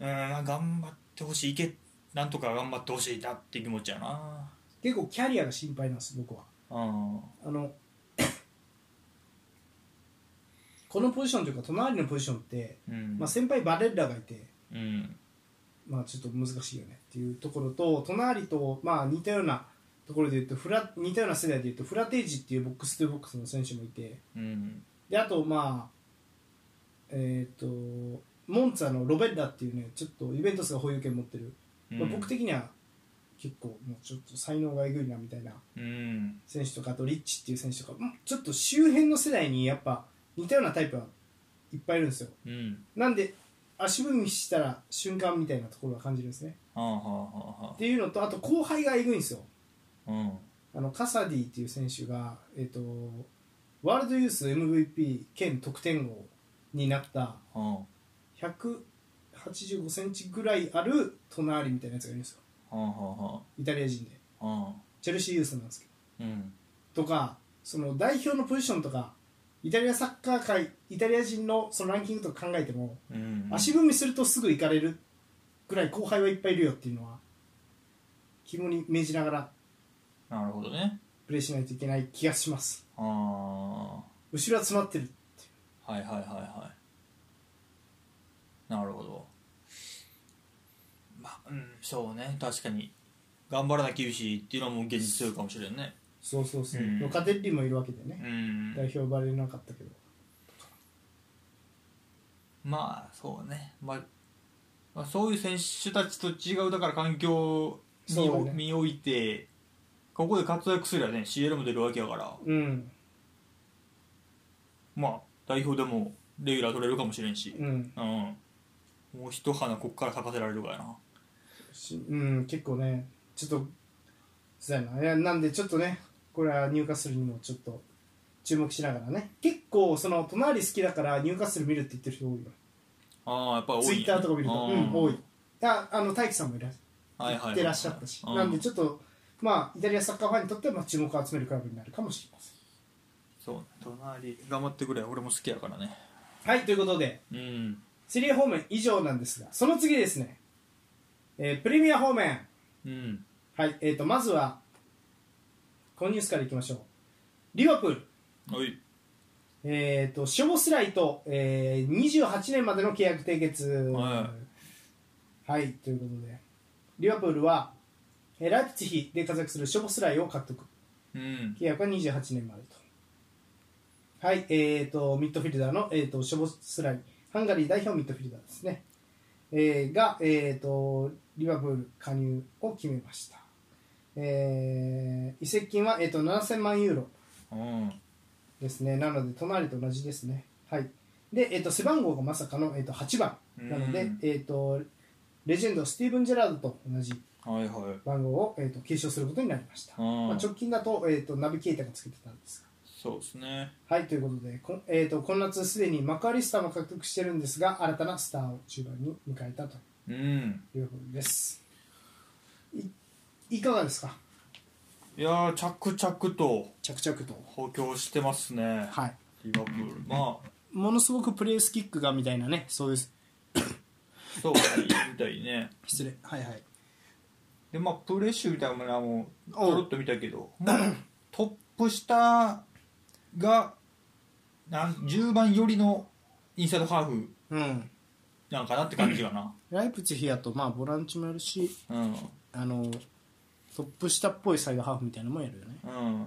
A: うん
B: うん、頑張ってほしいいけなんとか頑張ってほしいなって気持ちやな
A: 結構キャリアが心配なんです僕は
B: うん
A: あの このポジションというか隣のポジションって、
B: うん
A: まあ、先輩バレッラがいて
B: うん
A: まあちょっと難しいよねっていうところと隣とまあ似たようなところで言うとフラ似たような世代で言うとフラテージっていうボックスとボックスの選手もいて、
B: うん
A: であとまあえっ、とモンツァのロベッラっていうねちょっとイベントスが保有権持ってる、
B: うん
A: まあ、僕的には結構もうちょっと才能がえぐいなみたいな
B: うん
A: 選手とかあとリッチっていう選手とかうんちょっと周辺の世代にやっぱ似たようなタイプはいっぱいいるんですよ
B: うん
A: なんで足踏みしたら瞬間みたいなところは感じるんですね
B: はあはあはあは
A: っていうのとあと後輩がえぐいんですよ
B: あうん
A: あのカサディっていう選手が、えっとワールドユース MVP 兼得点王になった
B: は
A: 185センチぐらいある隣みたいなやつがいるんですよ
B: あはあは
A: イタリア人で
B: あはあ
A: チェルシーユースなんですけ
B: うん
A: どとかその代表のポジションとかイタリアサッカー界イタリア人のそのランキングとか考えても、
B: うん
A: 足踏みするとすぐ行かれるぐらい後輩はいっぱいいるよっていうのは肝に銘じながら
B: なるほどね
A: プレーしないといけない気がします
B: ああ
A: 後ろは詰まってる
B: はいはいはいはいなるほどまあうんそうね確かに頑張らな厳しいっていうのはもう現実強いかもしれんね
A: そうそうそう、
B: うん
A: ロカテッリもいるわけでね
B: う、ん
A: 代表バレなかったけど
B: まあそうね、まあ、まあそういう選手たちと違うだから環境に
A: そう
B: お
A: ね
B: 身を置いてここで活躍すればね CL も出るわけやから
A: うん
B: まあ代表でもレギュラー取れるかもしれんし
A: うん
B: うんもう一花こっから咲かせられるからな
A: しうん結構ねちょっとそうやないやなんでちょっとねこれは入荷するにもちょっと注目しながらね結構その隣好きだから入荷する見るって言ってる人多いよ
B: ああやっぱ多いんや
A: ツイッターとか見ると、うん、多いいやあの大樹さんもいらっ
B: はいはいはい
A: 行ってらっしゃったし、
B: うん
A: なんでちょっとまあイタリアサッカーファンにとってはまあ注目を集めるクラブになるかもしれません
B: そう隣頑張ってくれ俺も好きやからね
A: はいということで
B: うん
A: セリエ方面以上なんですがその次ですね、えープレミア方面
B: うん
A: はいえー、とまずはこのニュースからいきましょうリバプール
B: おい
A: えー、とショボスライと、えー、28年までの契約締結、
B: は
A: はいということでリバプールは、えーライプツィヒで活躍するショボスライを獲得
B: うん
A: 契約は28年までとはいえー、とミッドフィルダーの、えー、とショボスライハンガリー代表ミッドフィルダーですね、えーが、えー、とリバプール加入を決めました、えー移籍金は、えー、と7000万ユーロ
B: うん
A: ですね。なので、隣と同じですね。はい。で、えっ、と、背番号がまさかの、えっ、と、8番。なの
B: う
A: で
B: ん、
A: えっ、と、レジェンド、スティーブン・ジェラードと同じ
B: はいはい
A: 番号を、えっ、と、継承することになりました。
B: うん
A: まあ、直近だと、えっ、と、ナビケータがつけてたんです
B: そうですね
A: が。はい、ということで、こんえっ、と、今夏すでにマクアリスターも獲得してるんですが、新たなスターを中盤に迎えたと
B: うん
A: いうことです。いいかがですか
B: いやー着々と
A: 着々と
B: 補強してますね、
A: はい
B: リバプールまあ
A: ものすごくプレースキックがみたいなねそうです
B: そうねみたいね
A: 失礼はいはい
B: でまあプレッシュみたいなものはもう
A: おう
B: ポロッと見たけどもうトップ下がなん10番寄りのインサイドハーフ
A: うん
B: なんかなって感じかな
A: ライプツィヒやとまあボランチもやるし
B: うん
A: あのトップ下っぽいサイドハーフみたいなのもやるよね
B: うん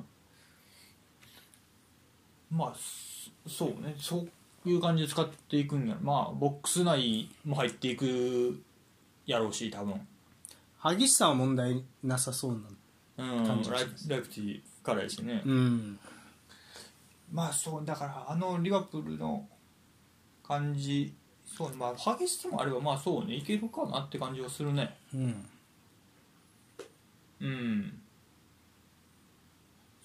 B: まあそそうねそういう感じで使っていくんやまあボックス内も入っていくやろうし多分
A: 激しさは問題なさそうな
B: うんラ
A: 感
B: イ
A: じがします
B: ライプチィからやしね、
A: うん
B: まあそうだからあのリバプールの感じそうまあ激しさもあればまあそうねいけるかなって感じはするね
A: うん
B: うん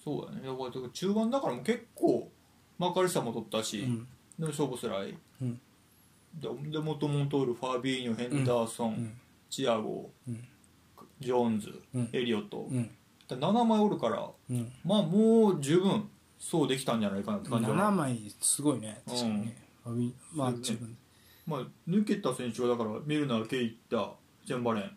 B: そうだねだから中盤だからもう結構マカリサも取ったし、
A: うん
B: でも勝負スライ
A: うん
B: ででもともとおるファービーニョヘンダーソン、
A: うん
B: チアゴ
A: うん
B: ジョーンズ、
A: うん
B: エリオット、
A: うん
B: だから7枚おるから
A: うん
B: まあもう十分そうできたんじゃないかなって感じだな
A: 7枚すごいね確かにね、ファビまあ
B: そうね
A: 自分
B: まあ、抜けた選手はだからミルナー、ケイタ、ジェンバレン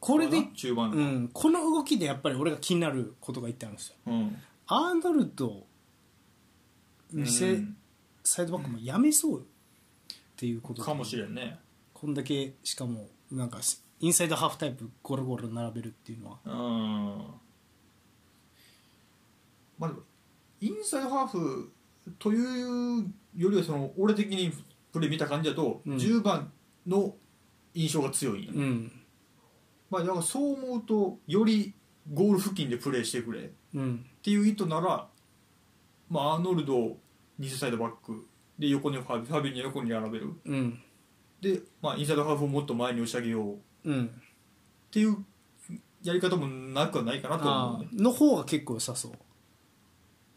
A: これで
B: かな中盤、
A: うん、この動きでやっぱり俺が気になることが一点あるんですよ
B: うん
A: アーノルド
B: うん
A: 偽、サイドバックもやめそうっていうこと
B: かもしれんね、
A: こんだけしかもなんかインサイドハーフタイプゴロゴロ並べるっていうのは
B: うんまあ、でもインサイドハーフというよりはその俺的にプレー見た感じだと、
A: うん
B: 10番の印象が強いんや、
A: うん
B: まあ、だからそう思うとよりゴール付近でプレーしてくれっ
A: うん
B: ていう意図なら、まあ、アーノルドを偽サイドバックで横にファビファビに横に並べる
A: うん
B: で、まあ、インサイドハーフをもっと前に押し上げようっ
A: うん
B: ていうやり方もなくはないかなと思う
A: あ
B: ね
A: ーの方が結構良さそ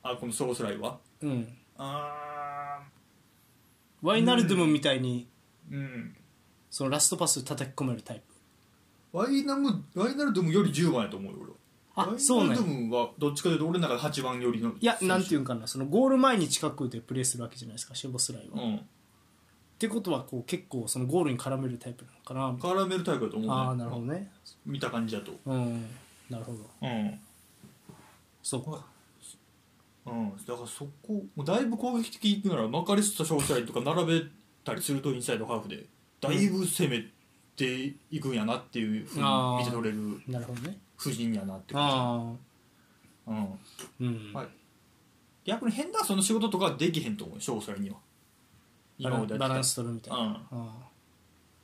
B: あこのソースライは
A: ううん
B: あ
A: ワイナルドゥムみたいに
B: ーうん
A: そのラストパス叩き込めるタイプ
B: ワイナムワイナルドゥムより10番やと思うよ俺
A: あ
B: は
A: そう
B: ワイ
A: ね
B: ナルドゥムはどっちかというと俺の中で8番寄りの
A: いやなんてい
B: いう
A: うんかなそのゴール前に近くでプレーするわけじゃないですかシェボスライは、
B: う
A: っ
B: ん
A: てことはこう結構そのゴールに絡めるタイプなのかなみたい
B: カラメルタイプだと思う、ね、
A: なああーなるほどね
B: 見た感じだと
A: うんなるほど
B: うん
A: そうか
B: うん、だからそこもうだいぶ攻撃的に行くならマカリスとショースライとか並べたりするとインサイドハーフでだいぶ攻めていくんやなっていうふうに見て取れる
A: なるほどね
B: 布陣やなって感
A: あ
B: じ、うん、
A: あうん、
B: はい逆にヘンダーソンの仕事とかはできへんと思うショースライには
A: バラ
B: ま
A: ン
B: でや
A: バラ
B: っ
A: ン
B: て
A: ス取るみた
B: た
A: いな、
B: う
A: あ
B: ん、だか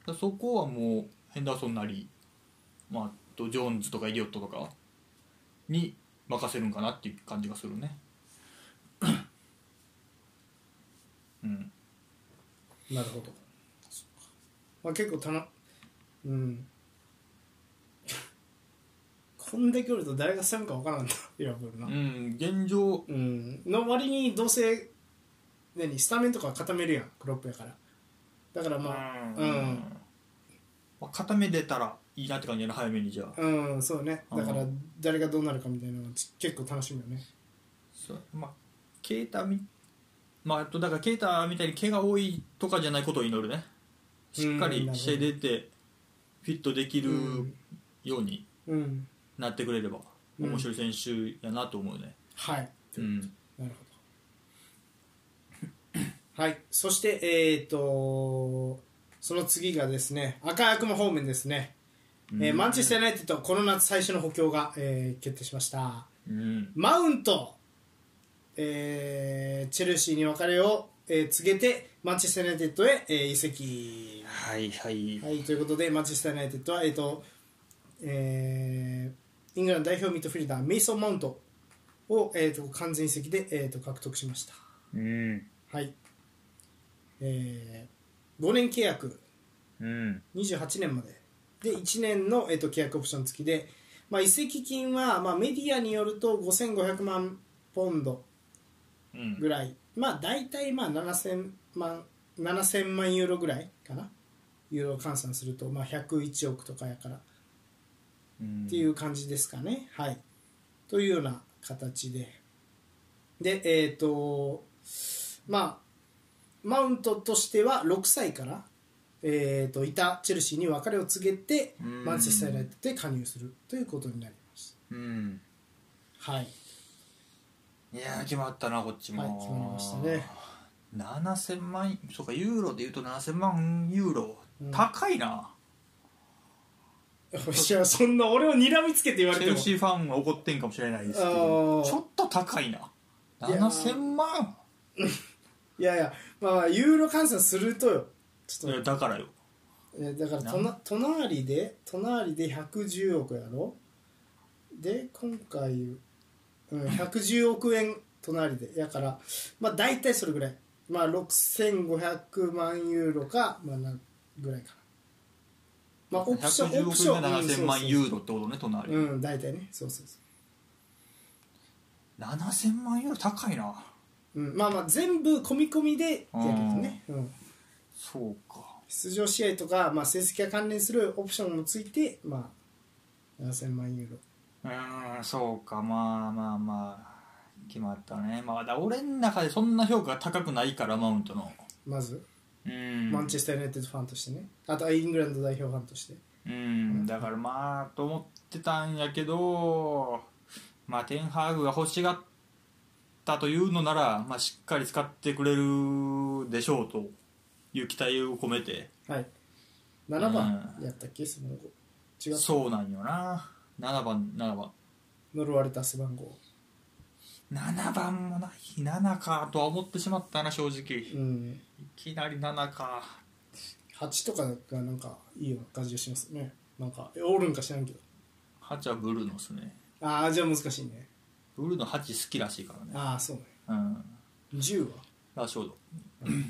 A: あ
B: らそこはもうヘンダーソンなり、まあ、あとジョーンズとかエリオットとかに任せるんかなっていう感じがするね うん
A: なるほど、まあ、結構たなうん こんだけおると誰が攻めるか分からんな 今これな
B: うん現状
A: うん、の割にどうせ何スタメンとか固めるやんクロップやからだからまあうん
B: まあ、固め出たらいいなって感じやな早めにじゃあ
A: うん、そうねだか
B: う
A: ら誰がどうなるかみたいなのがち結構楽しみよね
B: そうまあケータみまああとだからケータみたいに毛が多いとかじゃないことを祈るねしっか
A: うん
B: り
A: なるほ
B: 試
A: ど
B: 合出てフィットできる
A: うん
B: ように
A: うん
B: なってくれれば
A: うん
B: 面白い選手やなと思うね
A: はい
B: うん
A: なるほど はいそしてえっ、とその次がですね赤悪魔方面ですね、えーマンチェスター・ユナイテッドこの夏最初の補強が、えー決定しました
B: うん
A: マウント、えーチェルシーに別れを、えー告げてマンチェスター・ユナイテッドへ、えー移籍、
B: はいはい
A: はい、ということでマンチェスター・ユナイテッドは、えーとえーイングランド代表ミッドフィルダーメイソン・マウントを、えー、と完全移籍で、えー、と獲得しました、
B: うん
A: はいえー、5年契約
B: うん
A: 28年までで1年の、えっと契約オプション付きで、まあ、移籍金は、まあ、メディアによると5500万ポンド
B: うん
A: ぐらい、まあ大体まあ7000万7000万ユーロぐらいかなユーロ換算すると、まあ、101億とかやからっ
B: うん
A: ていう感じですかね、はいというような形で、で、えっ、と、まあ、マウントとしては6歳から、えー、といたチェルシーに別れを告げて、
B: うん
A: マンチェスター・ユナイテッドで加入するということになりまし
B: うん
A: た。はい、
B: いやー決まったなこっちも、
A: はい決まりましたね
B: 7000万そうかユーロでいうと7000万ユーロ、
A: うん
B: 高いな
A: いやそんな俺を 睨みつけて言われ
B: チ
A: て
B: ェ
A: も
B: ルシーファンは怒ってんかもしれないですけ
A: あ
B: ど
A: ー
B: ちょっと高いない
A: やー
B: 7000万
A: いやいや、まあ、ユーロ換算するとよち
B: い
A: ょっ
B: やだからよ
A: とえだから
B: なん
A: とな隣で隣で110億やろで今回、うん、110億円隣でやからまあ大体それぐらい、まあ、6500万ユーロか、まあ、なぐらいかなまあオプション
B: 110
A: オプ
B: 億
A: ショ
B: 円
A: ン
B: が7000万ユ
A: ー
B: ーロってことね隣、
A: ロうん大体ねそうそうそ
B: 7000万ユーロ高いな
A: う、うん、まあまあ全部込み込みでやけどねうん
B: そうか
A: 出場試合とか、まあ、成績が関連するオプションもついて、まあ、7000万ユーロ
B: うーんそうかまあまあまあ決まったねまあだ俺の中でそんな評価が高くないからマウントの
A: まず、
B: うん
A: マンチェスター・ユナイテッドファンとしてねあとはイングランド代表ファンとして
B: うんだからまあと思ってたんやけどまあテンハーグが欲しがったというのなら、まあ、しっかり使ってくれるでしょうという期待を込めて
A: はい7番やったっけその後違った
B: そうなんよな7番7番
A: 呪われた背番号
B: 7番もない7かとは思ってしまったな正直
A: う
B: い
A: ん
B: きなり7か
A: 8とかがなんかいいような感じがしますねなんかえおるんか知らんけど
B: 8はブルーノっすね
A: ああじゃあ難しいね
B: ブルーノ8好きらしいからね
A: ああそうね
B: うん
A: 10は
B: ラッシュフォー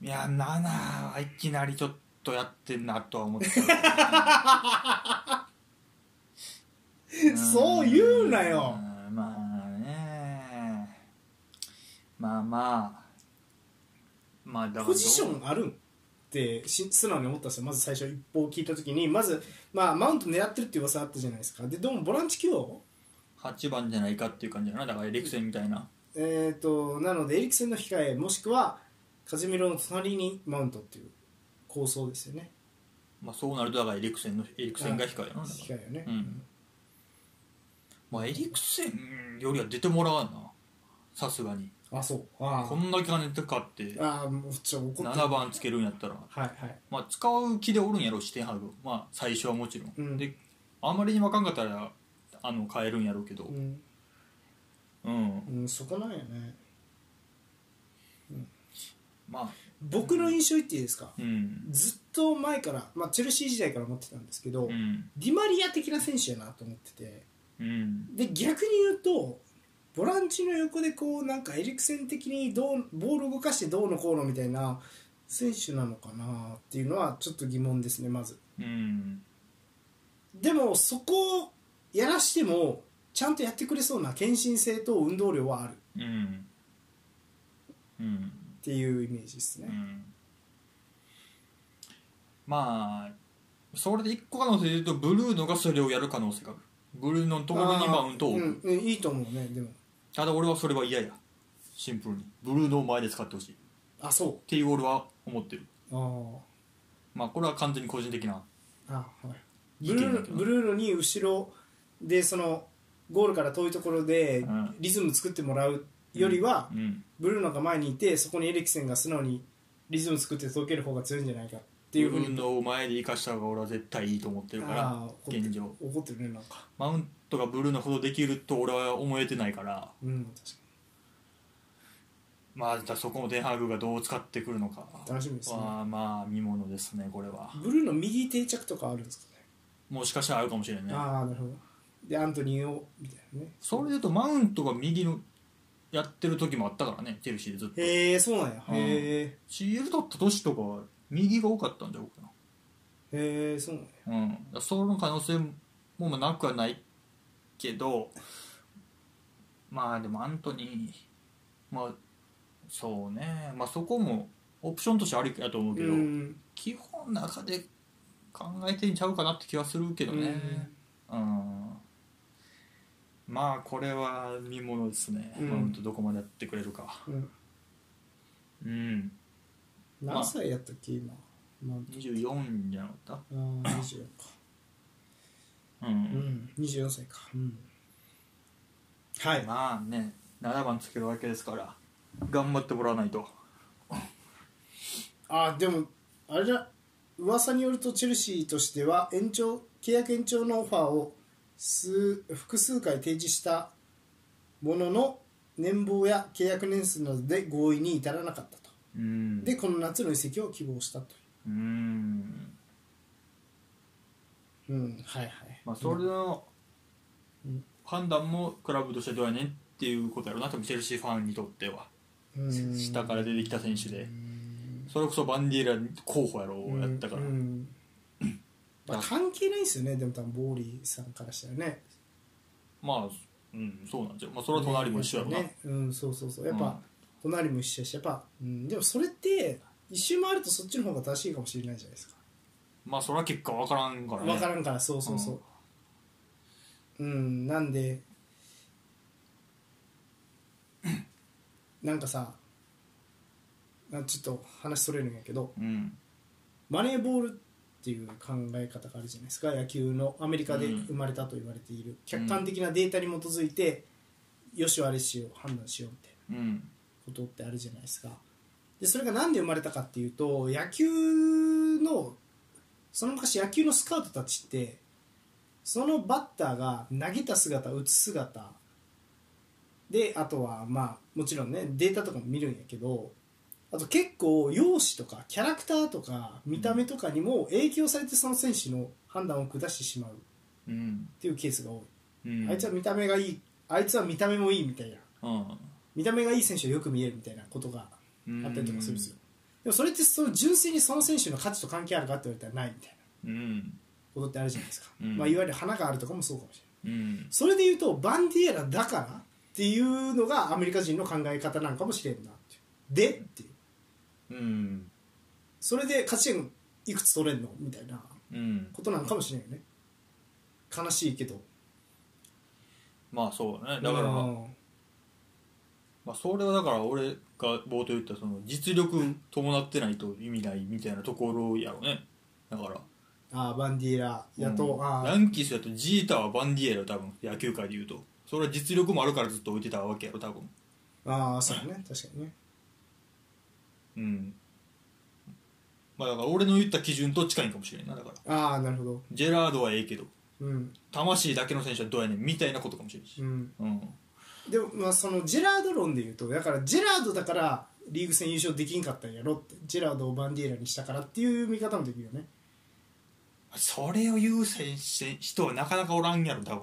B: ドいや7はいきなりちょっとやってんなとは思ってた
A: そう言うなよ
B: うんまあねまあまあまあだから
A: ポジションあるんってし素直に思ったんですよまず最初一報を聞いた時にまず、まあ、マウント狙ってるって噂あったじゃないですかでどうもボランチ起用
B: 8番じゃないかっていう感じだなだからエリクセンみたいな
A: えー、となのでエリクセンの控えもしくはカジミロの隣にマウントっていう構想ですよね
B: まあそうなるとだからエリクセンのエリクセンが控えやなだから
A: 控えよね、
B: うんまあエリクセンよりは出てもらわんなさすがに
A: あそうあ
B: こんだけ金かって
A: ーあーもうちょっと怒ってる
B: 7番つけるんやったら
A: はいはい
B: まあ使う気でおるんやろしてはるまあ最初はもちろん、
A: うん
B: であまりにわかんかったらあの変えるんやろうけど
A: うん、
B: うん、
A: うん、そこなんやね
B: まあ
A: 僕の印象言っていいですか、
B: うん
A: ずっと前から、まあ、チェルシー時代から思ってたんですけど、
B: うん
A: ディマリア的な選手やなと思ってて
B: うん
A: で逆に言うとボランチの横でこうなんかエリクセン的にどうボールを動かしてどうのこうのみたいな選手なのかなっていうのはちょっと疑問ですねまず
B: うん
A: でもそこをやらしてもちゃんとやってくれそうな献身性と運動量はあるっ
B: うんうん
A: ていうイメージです
B: う
A: ね、
B: んまあそれで1個可能性で言うとブルーノがそれをやる可能性があるブルーノのところにマウントを置く、
A: うんうんいいと思うねでも
B: ただ俺はそれは嫌やシンプルにブルーノを前で使ってほしいっ
A: あそ
B: ていう俺は思ってる
A: うあ
B: まあこれは完全に個人的な
A: ああはい
B: 意
A: ブ
B: 見だ
A: ル
B: けどね
A: ーノブルーノに後ろでそのゴールから遠いところで
B: うん
A: リズム作ってもらうよりは、
B: うん
A: ブルーノが前にいてそこにエリクセンが素直にリズム作って届ける方が強いんじゃないかっていうふ
B: ブ
A: う
B: ルー
A: に
B: ノを前で生かした方が俺は絶対いいと思ってるか
A: ああ
B: ら
A: 怒って
B: 現状
A: 怒ってるねなんか
B: マウントがブルーノほどできると俺は思えてないから
A: うん確か
B: まあだからそこもデンハーグがどう使ってくるのか
A: に楽しみですね
B: はまあ見ものですねこれは
A: ブルーノ右定着とかあるんですかね
B: もしかしたらあるかもしれないね
A: ああなるほどでアントニーをみたいなね
B: それで言うとマウントが右のやってる時もあったからねチェルシーでずっと
A: へえそうなんや
B: うん
A: へえ
B: CL だった年とかは右が多かったんじゃないかな
A: へえそうなんや
B: うん、だからその可能性もなくはないけどまあでもアントニーまあそうねまあそこもオプションとしてありやと思うけど、
A: うん
B: 基本中で考えてんちゃうかなって気はするけどねうん、まあこれは見ものですね、
A: うん
B: マウントどこまでやってくれるか
A: うん、
B: うん
A: 何歳やったっけ今、まあ、
B: 24じゃなかっ
A: あー24か
B: たうん、
A: うん24歳かうんはい
B: まあね7番つけるわけですから頑張ってもらわないと
A: あでもあれだ噂によるとチェルシーとしては延長契約延長のオファーを数複数回提示したものの年俸や契約年数などで合意に至らなかったと
B: うん
A: でこの夏の移籍を希望したと
B: うん
A: いううんはいはい
B: まあそれの
A: うん
B: 判断もクラブとしてどうやねんっていうことやろうな多分チェルシーファンにとっては
A: うん
B: 下から出てきた選手
A: う
B: で
A: ん
B: それこそバンディーラ候補やろうやったから
A: うんうんまあ関係ないですよねでも多分ボーリーさんからしたらね
B: まあうんそうなんじゃまあそれは隣も一緒やろうな
A: ねうんそうそうそうやっぱ、
B: うん
A: 隣も一緒やしやっぱ、うん、でもそれって一周回るとそっちの方が正しいかもしれないじゃないですか
B: まあそれは結果分からんからね
A: 分からんからそうそうそううん、なん でなんかさあちょっと話それるんやけど
B: うん
A: マネーボールっていう考え方があるじゃないですか野球のアメリカで
B: うん
A: 生まれたと言われている、客観的なデータに基づいてよし悪しを判断しようみたいな
B: うん
A: ことってあるじゃないですかでそれが何で生まれたかっていうと野球のその昔野球のスカウトたちってそのバッターが投げた姿打つ姿であとはまあもちろんねデータとかも見るんやけどあと結構容姿とかキャラクターとか見た目とかにも影響されてその選手の判断を下してしまうっ
B: うん
A: ていうケースが多
B: う
A: い、
B: ん
A: あいつは見た目がいいあいつは見た目もいいみたいな
B: うん
A: 見た目がいい選手はよく見えるみたいなことがあったりとかするんですよでもそれってその純粋にその選手の価値と関係あるかって言われたらないみたいな
B: うん
A: ことってあるじゃないですか、
B: うん
A: まあ、いわゆる花があるとかもそうかもしれない
B: うん
A: それでいうとバンディエラだからっていうのがアメリカ人の考え方なんかもしれんなっていうでっていう
B: うん
A: それで勝ち点いくつ取れんのみたいな
B: うん
A: ことなんかもしれんよね悲しいけど
B: まあそうだねだから
A: うん
B: まあ、それはだから俺が冒頭言ったその実力伴ってないと意味ないみたいなところやろねだから
A: ああバンディエラやと、
B: うん
A: ああ
B: ヤンキースやとジーターはバンディエラよ多分野球界で言うとそれは実力もあるからずっと置いてたわけやろ多分
A: ああそうだね確かにね
B: うんまあだから俺の言った基準と近いんかもしれんなだから
A: ああなるほど
B: ジェラードはええけど
A: うん
B: 魂だけの選手はどうやねんみたいなことかもしれんし
A: うん
B: うん
A: でも、まあ、そのジェラード論でいうとだからジェラードだからリーグ戦優勝できんかったんやろってジェラードをバンディエラにしたからっていう見方もできるよね
B: それを優先して人はなかなかおらんやろ多分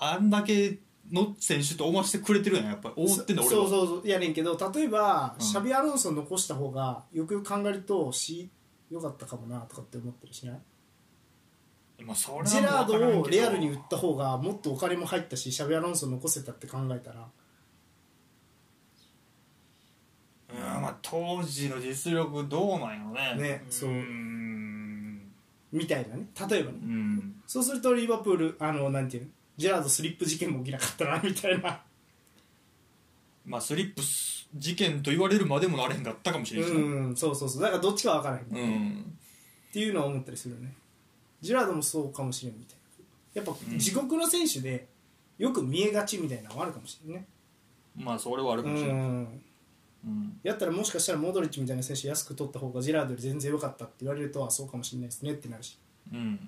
B: あんだけの選手と思わせてくれてるやんやっぱり思ってんだ
A: そ
B: 俺は
A: そうそうそういやねんけど例えば、
B: うん
A: シャビアロンソン残した方がよくよく考えるとしよかったかもなとかって思ってるしない
B: まあ、それは
A: ジェラー
B: わからんけ
A: ド
B: ど
A: をレアルに売った方がもっとお金も入ったしシャビアロンソン残せたって考えたら
B: うんまあ当時の実力どうなんやろね
A: ねそうんみたいなね例えばね
B: うん
A: そうするとリバプールあのなんていうのジェラードスリップ事件も起きなかったなみたいな
B: まあスリップス事件と言われるまでもなれへんかったかもし
A: う
B: れないしなん
A: そうそうそうだからどっちかわからへん
B: うん
A: っていうのは思ったりするよねジェラードもそうかもしれんみたいなやっぱ
B: うん
A: 地獄の選手でよく見えがちみたいなのはあるかもしれんね
B: まあそれはある
A: う
B: かもしれない、
A: ん
B: うん
A: やったらもしかしたらモドリッチみたいな選手安く取った方がジェラードより全然良かったって言われるとはそうかもしれないですねってなるし
B: うん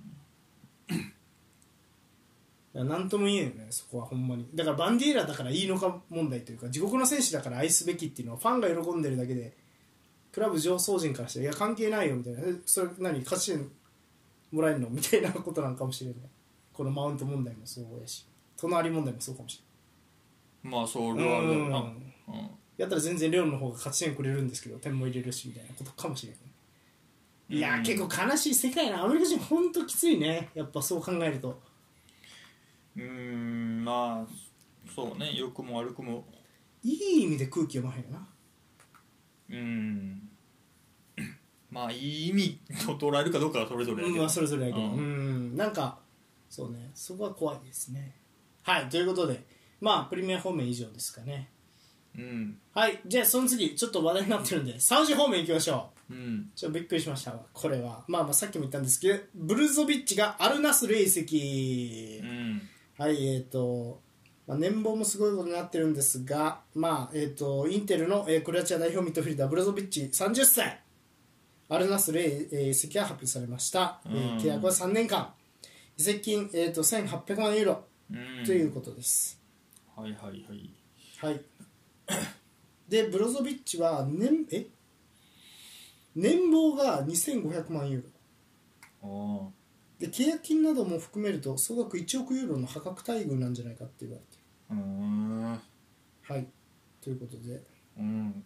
A: 何とも言えんよねそこはほんまにだからバンディーラだからいいのか問題というか地獄の選手だから愛すべきっていうのはファンが喜んでるだけでクラブ上層陣からしていや関係ないよみたいなえそれ何勝ち点もらえるのみたいなことなんかもしれないこのマウント問題もそうやし隣問題もそうかもし
B: まあそ
A: れ
B: れ
A: な
B: はあ
A: い
B: るだろうな
A: うん
B: うん
A: やったら全然レオンの方が勝ち点くれるんですけど点も入れるしみたいなことかもしれないいや
B: う
A: ー
B: ん
A: 結構悲しい世界なアメリカ人ほんときついねやっぱそう考えると
B: うんまあそうね良くも悪くも
A: いい意味で空気読まへんよな
B: うんまあいい意味と捉えるかどうかはそれぞれや
A: う
B: け
A: ん、
B: ど
A: まあそれぞれやけど、
B: う
A: うんん、なんか、そうね、そこは怖いですね。はい、ということで、まあプレミア方面以上ですかね
B: うん
A: はいじゃあその次ちょっと話題になってるんでサウジ方面行きましょう
B: うん
A: ちょっとびっくりしましたこれはまあまあさっきも言ったんですけどブルゾビッチがアルナスルへ移籍、
B: うん
A: はいえーとまあ、年俸もすごいことになってるんですが、まあえー、とインテルの、えークロアチア代表ミッドフィルダーブロゾビッチ30歳アルナスルへえー移籍が発表されました、えー
B: うん
A: 契約は3年間移籍金、えー、と1800万ユーロ
B: うん
A: ということです、
B: はいはいはい
A: はい でブロゾビッチは年え年俸が2500万ユーロ
B: ああ
A: で契約金なども含めると総額1億ユーロの破格待遇なんじゃないかって言われて
B: うん
A: るはいということで
B: うん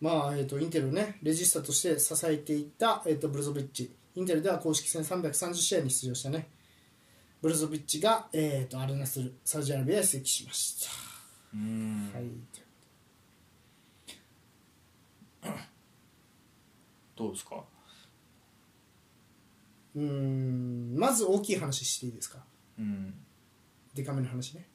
A: まあえー、とインテルをねレジスタとして支えていた、えー、とブルゾビッチインテルでは公式戦330試合に出場したねブルゾビッチが、えー、とアルナスルサウジアラビアへ移籍しまし
B: うん
A: た、はい、
B: どうですか
A: うーんまず大きい話していいですか
B: うん
A: デカめの話ね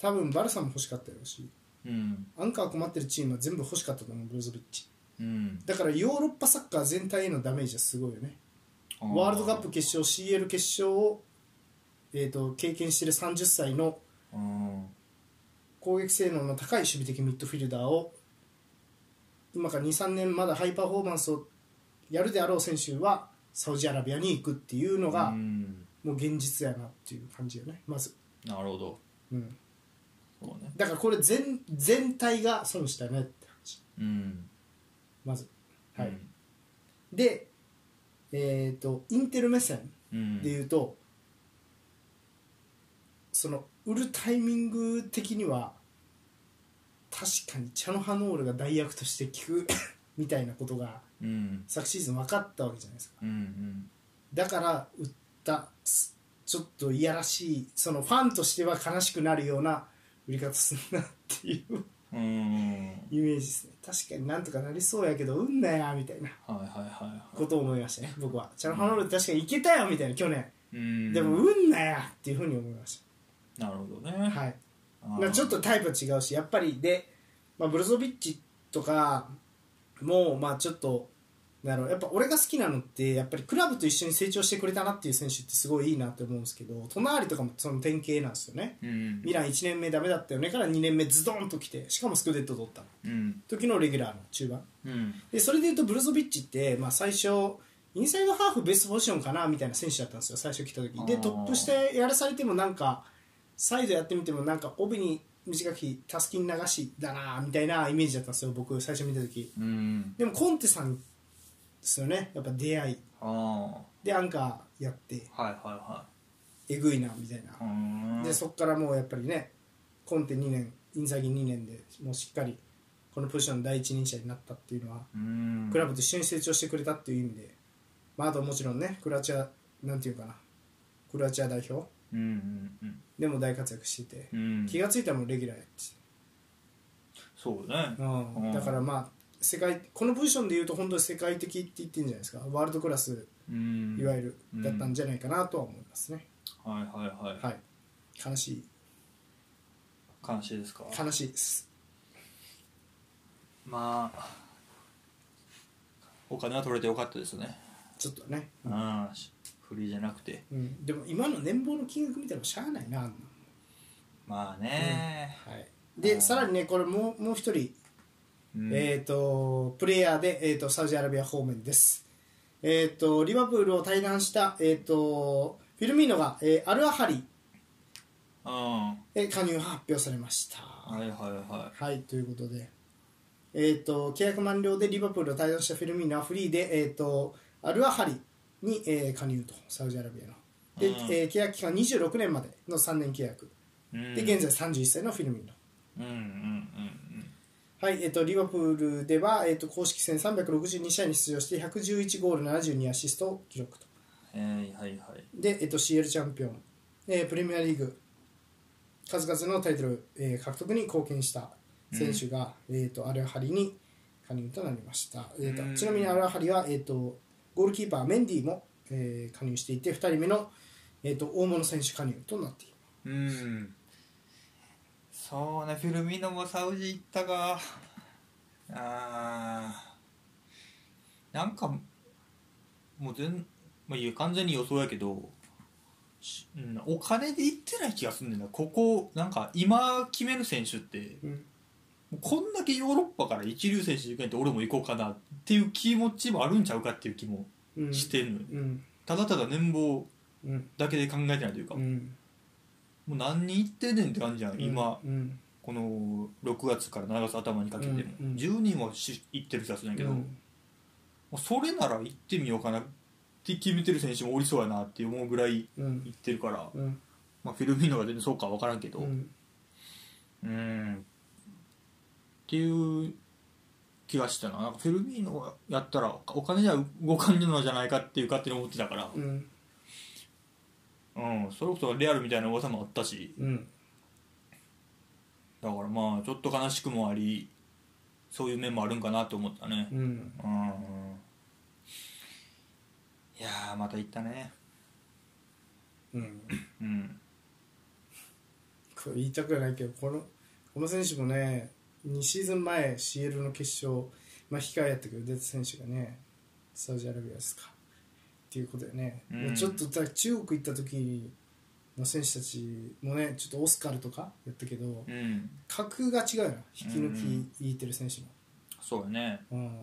A: 多分バルサも欲しかったやろうし
B: うん
A: アンカー困ってるチームは全部欲しかったと思うブルゾビッチ
B: うん
A: だからヨーロッパサッカー全体へのダメージはすごいよねワールドカップ決勝 CL 決勝を、えー、と経験してる30歳の
B: うん
A: 攻撃性能の高い守備的ミッドフィルダーを今から23年まだハイパフォーマンスをやるであろう選手はサウジアラビアに行くっていうの
B: う
A: が
B: ん
A: もう現実やなっていう感じよねまず、
B: なるほど
A: うん、
B: そうね
A: だからこれ全全体が損したねって感じ
B: うん
A: まずはい、
B: うん
A: でえっ、とインテル目線
B: うん
A: でいうと、その売るタイミング的には確かにチャノハノールが代役として効く みたいなことが
B: うん
A: 昨シーズン分かったわけじゃないですか
B: うんうん
A: だから売ったすちょっといやらしいそのファンとしては悲しくなるような売り方するなっていう
B: うん
A: イメージですね確かになんとかなりそうやけど運だよみたいな
B: はいはいはい
A: こ
B: は
A: とを思いましたね僕はチャノハノール確かにいけたよみたいな去年
B: いうん
A: でも運だよっていうふうに思いまし
B: なるほどね
A: たはい
B: あ
A: ま
B: ー
A: あ、ちょっとタイプは違うしやっぱりで、まあ、ブルゾビッチとかもまあちょっとなんだろうやっぱ俺が好きなのってやっぱりクラブと一緒に成長してくれたなっていう選手ってすごいいいなと思うんですけど隣とかもその典型なんですよね
B: うん
A: ミラン1年目ダメだったよねから2年目ズドンと来てしかもスクデット取った
B: うん
A: 時のレギュラーの中盤
B: うん
A: でそれでいうとブルゾビッチって、まあ、最初インサイドハーフベーストポジションかなみたいな選手だったんですよ最初来た時で
B: あー
A: トップしてやらされてもなんかサイドやってみてもなんか帯に短くひたすきに流しだなみたいなイメージだったんですよ僕最初見た時
B: うん
A: でもコンテさんですよねやっぱ出会い
B: ああ
A: でアンカーやって
B: はいは
A: えぐいなみたいない
B: はいうん
A: でそこからもうやっぱりねコンテ2年インサギ2年でもうしっかりこのポジションの第一人者になったっていうのは
B: うん
A: クラブと一緒に成長してくれたっていう意味で、まあ、あともちろんねクロアチアなんていうかなクロアチア代表
B: うんうん
A: でも大活躍してて、
B: うんうん
A: 気がついたらもうレギュラーやって
B: そうね
A: て、うん
B: うん
A: だからまあ世界このポジションでいうと本当に世界的って言っていいんじゃないですかワールドクラス
B: うん
A: いわゆる
B: うん
A: だったんじゃないかなとは思いますね、
B: はいはいはい
A: はい悲しい
B: 監視ですか
A: 悲しいです
B: まあお金は取れてよかったですね
A: ちょっとね、
B: ああフリーじゃなくて
A: うん、でも今の年俸の金額見たらしゃあないなあんな
B: まあね
A: はい、で
B: うん
A: さらにねこれもうもう一人
B: うん
A: えー、とプレイヤーで、えー、とサウジアラビア方面です、えー、とリバプールを退団した、えー、とフィルミーノが、えーアルアハリ
B: うん
A: へ加入が発表されました
B: はいはいは
A: はいということで、えー、と契約満了でリバプールを退団したフィルミーノはフリーで、えー、とアルアハリに、えー加入とサウジアラビアので、
B: うん
A: えー契約期間26年までの3年契約
B: いうん
A: で現在31歳のフィルミーノ
B: うんうん
A: はい、えっと、リバプールでは、えっと、公式戦362試合に出場して111ゴール72アシストを記録と
B: うんうんはいはいはい
A: で、えっと、CL チャンピオン、えープレミアリーグ数々のタイトル、えー獲得に貢献した選手が、えっと、アルハリに加入となりました、えっと
B: うん
A: ちなみにアルハリは、えっと、ゴールキーパーメンディも、えー加入していて2人目の、えっと、大物選手加入となっている
B: うんそうねフィルミーノもサウジ行ったがあーなんかもう全、まあ、いや完全に予想やけど、しうん、お金で行ってない気がすんねんなここなんか今決める選手って
A: うん
B: もうこんだけヨーロッパから一流選手行くんやって俺も行こうかなっていう気持ちもあるんちゃうかっていう気も
A: うん
B: してんのよ、
A: うん
B: ただただ年俸
A: うん
B: だけで考えてないというか、
A: う
B: も
A: ん
B: う何人行ってんねんって感じじゃん、今
A: うん
B: この6月から7月頭にかけても、
A: うんうん
B: 10人はし行ってる気がするんやけど、
A: う
B: も
A: ん
B: うそれなら行ってみようかなって決めてる選手もおりそうやなって思うぐらい
A: うん
B: 行ってるから、
A: うん
B: まあ、フィルミーノが全然そうかは分からんけど
A: う
B: うん
A: ん
B: ーんっていう気がしたななんかフィルミーノがやったらお金じゃ動かんのじゃないかっていう勝手に思ってたから、
A: うん
B: うん、それこそレアルみたいな噂もあったし
A: うん
B: だからまあちょっと悲しくもありそういう面もあるんかなと思ったね
A: うん
B: うんうんいやーまた行ったね
A: うん
B: うん
A: これ言いたくないけどこのこの選手もね2シーズン前 CL の決勝、まあ、控えやったけど出た選手がねサウジアラビアですかっていうことでね、
B: うん
A: もうちょっとだ中国行った時の選手たちもねちょっとオスカルとかやったけど
B: うん
A: 格が違うよな引き抜きいいてる選手の。
B: そうだね
A: うん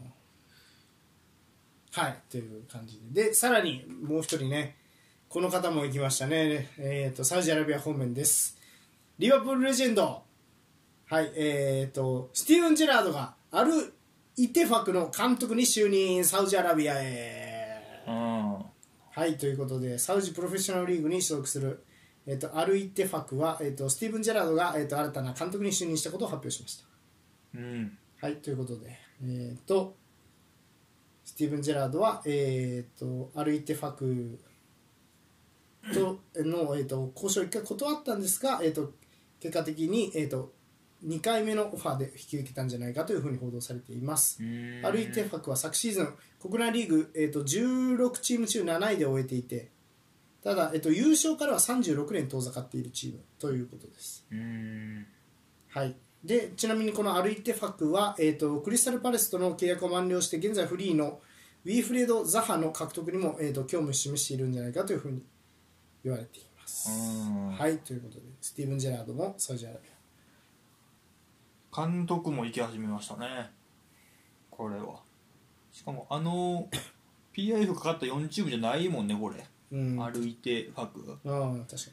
A: はいという感じででさらにもう一人ねこの方も行きましたね、えー、とサウジアラビア方面ですリバプールレジェンドはいえー、とスティーブン・ジェラードがアル・イテファクの監督に就任サウジアラビアへ
B: うん
A: はいということでサウジプロフェッショナルリーグに所属する、えー、とアル・イテファクは、えー、とスティーブン・ジェラードが、えー、と新たな監督に就任したことを発表しました
B: うん
A: はい、ということで、えっ、と、スティーブン・ジェラードは、えっ、と、歩いてファクとの、えー、と交渉を1回断ったんですが、えー、と結果的に、えー、と2回目のオファーで引き受けたんじゃないかというふうに報道されています。
B: うん
A: アルイテファクは昨シーズン国内リーグ、えー、と16チーム中7位で終えていてただ、えー、と優勝からは36年遠ざかっているチームということです。
B: うん
A: はい、でちなみにこのアルイテファクは、えー、とクリスタルパレスとの契約を満了して現在フリーのウィーフレード・ザハの獲得にも、えー、と興味を示しているんじゃないかというふうに言われています。
B: うん
A: はいということでスティーブン・ジェラードもサウジアラビ
B: 監督も行き始めましたねこれはしかもあの PIF かかった4チームじゃないもんねこれ、
A: ア。うん、
B: 歩いてファクだか
A: うん確か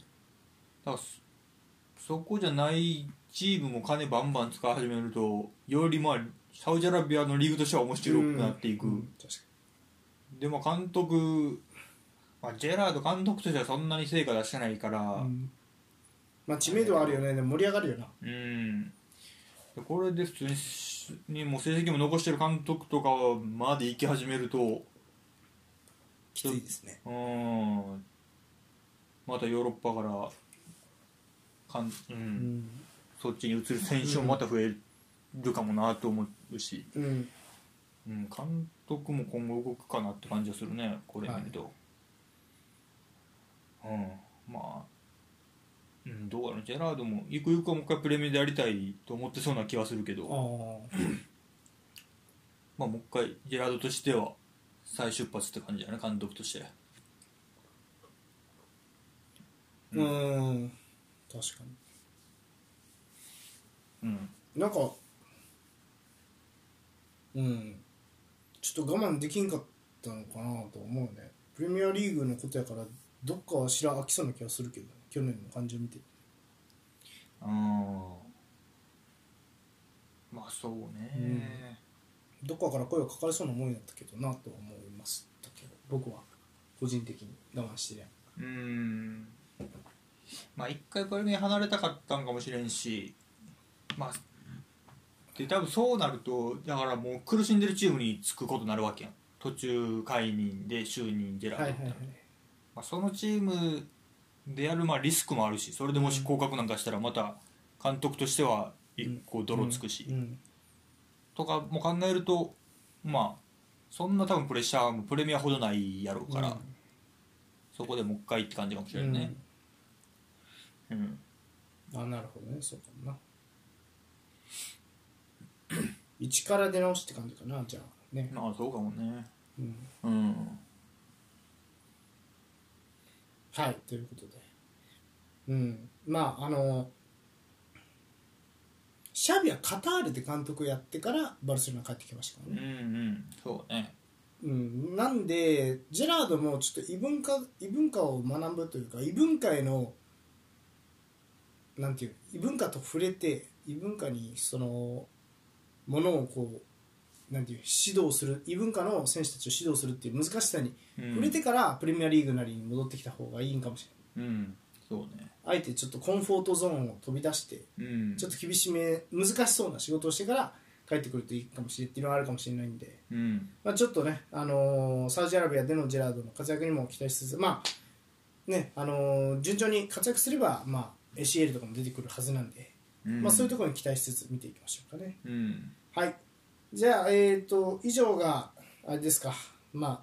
A: ら
B: そそこじゃないチームも金バンバン使い始めるとよりまあサウジアラビアのリーグとしては面
A: に
B: 白くなっていく、
A: うん確か
B: でも監督、まあ、ジェラード監督としてはそんなに成果出してないから
A: にうんまあ、知名度はあるよねでも盛り上がるよな。
B: うんこれで普通にしにもう成績も残してる監督とかまで行き始めると
A: きついですね。
B: うんまたヨーロッパからかん、う
A: う
B: ん
A: ん
B: そっちに移る選手もまた増えるかもなと思うし、
A: うん
B: うん、監督も今後動くかなって感じがするねこれ見ると、うんまあ、うん、どうだろうジェラードもゆくゆくはもう一回プレミアでやりたいと思ってそうな気はするけど
A: あー
B: まあ、もう一回ジェラードとしては再出発って感じだね監督として
A: うん確かに
B: うん
A: なんかうんちょっと我慢できんかったのかなと思うねプレミアリーグのことやからどっかはしら飽きそうな気がするけど去年の感じを見て
B: あーまあそうね
A: どっかから声がかかりそうなもんやったけどなとは思いましたけど僕は個人的に我慢してね
B: うんまあ一回プレミア離れたかったんかもしれんしまあで多分そうなるとだからもう苦しんでるチームにつくことになるわけやん途中解任で就任ジェラード
A: はい
B: っ
A: は
B: て
A: いはい
B: まあ、そのチームでやるまあリスクもあるしそれでもし降格なんかしたらまた監督としては一個泥つくし、
A: うん
B: とかも考えるとまあそんな多分プレッシャーもプレミアほどないやろうから、
A: うん
B: そこでもう一回って感じかも
A: う
B: しれない
A: ん
B: ね、うん
A: あなるほどねそうかもな 一から出直しって感じかなじゃあね、
B: まあそうかもね
A: うん、
B: うん
A: はいということでうんまああのシャビはカタールで監督やってからバルセロナ帰ってきましたか
B: う
A: ら
B: んう
A: ね、
B: んそうね
A: うん、なんでジェラードもちょっと異文化異文化を学ぶというか異文化へのなんていう異文化と触れて異文化にそのものをこうなんていう指導する異文化の選手たちを指導するっていう難しさに触れてからプレミアリーグなりに戻ってきた方がいいんかもしれない
B: うんそうね
A: あえてちょっとコンフォートゾーンを飛び出して
B: うん
A: ちょっと厳しめ難しそうな仕事をしてから帰ってくるといいかもしれないっていうのはあるかもしれないんで、
B: うん
A: まあ、ちょっとね、あのーサウジアラビアでのジェラードの活躍にも期待しつつまあね、あのー順調に活躍すれば、まあ、ACL とかも出てくるはずなんで、
B: うん
A: まあ、そういうところに期待しつつ見ていきましょうかね。
B: うん
A: はいじゃあ、えー、と以上があれですか、まあ、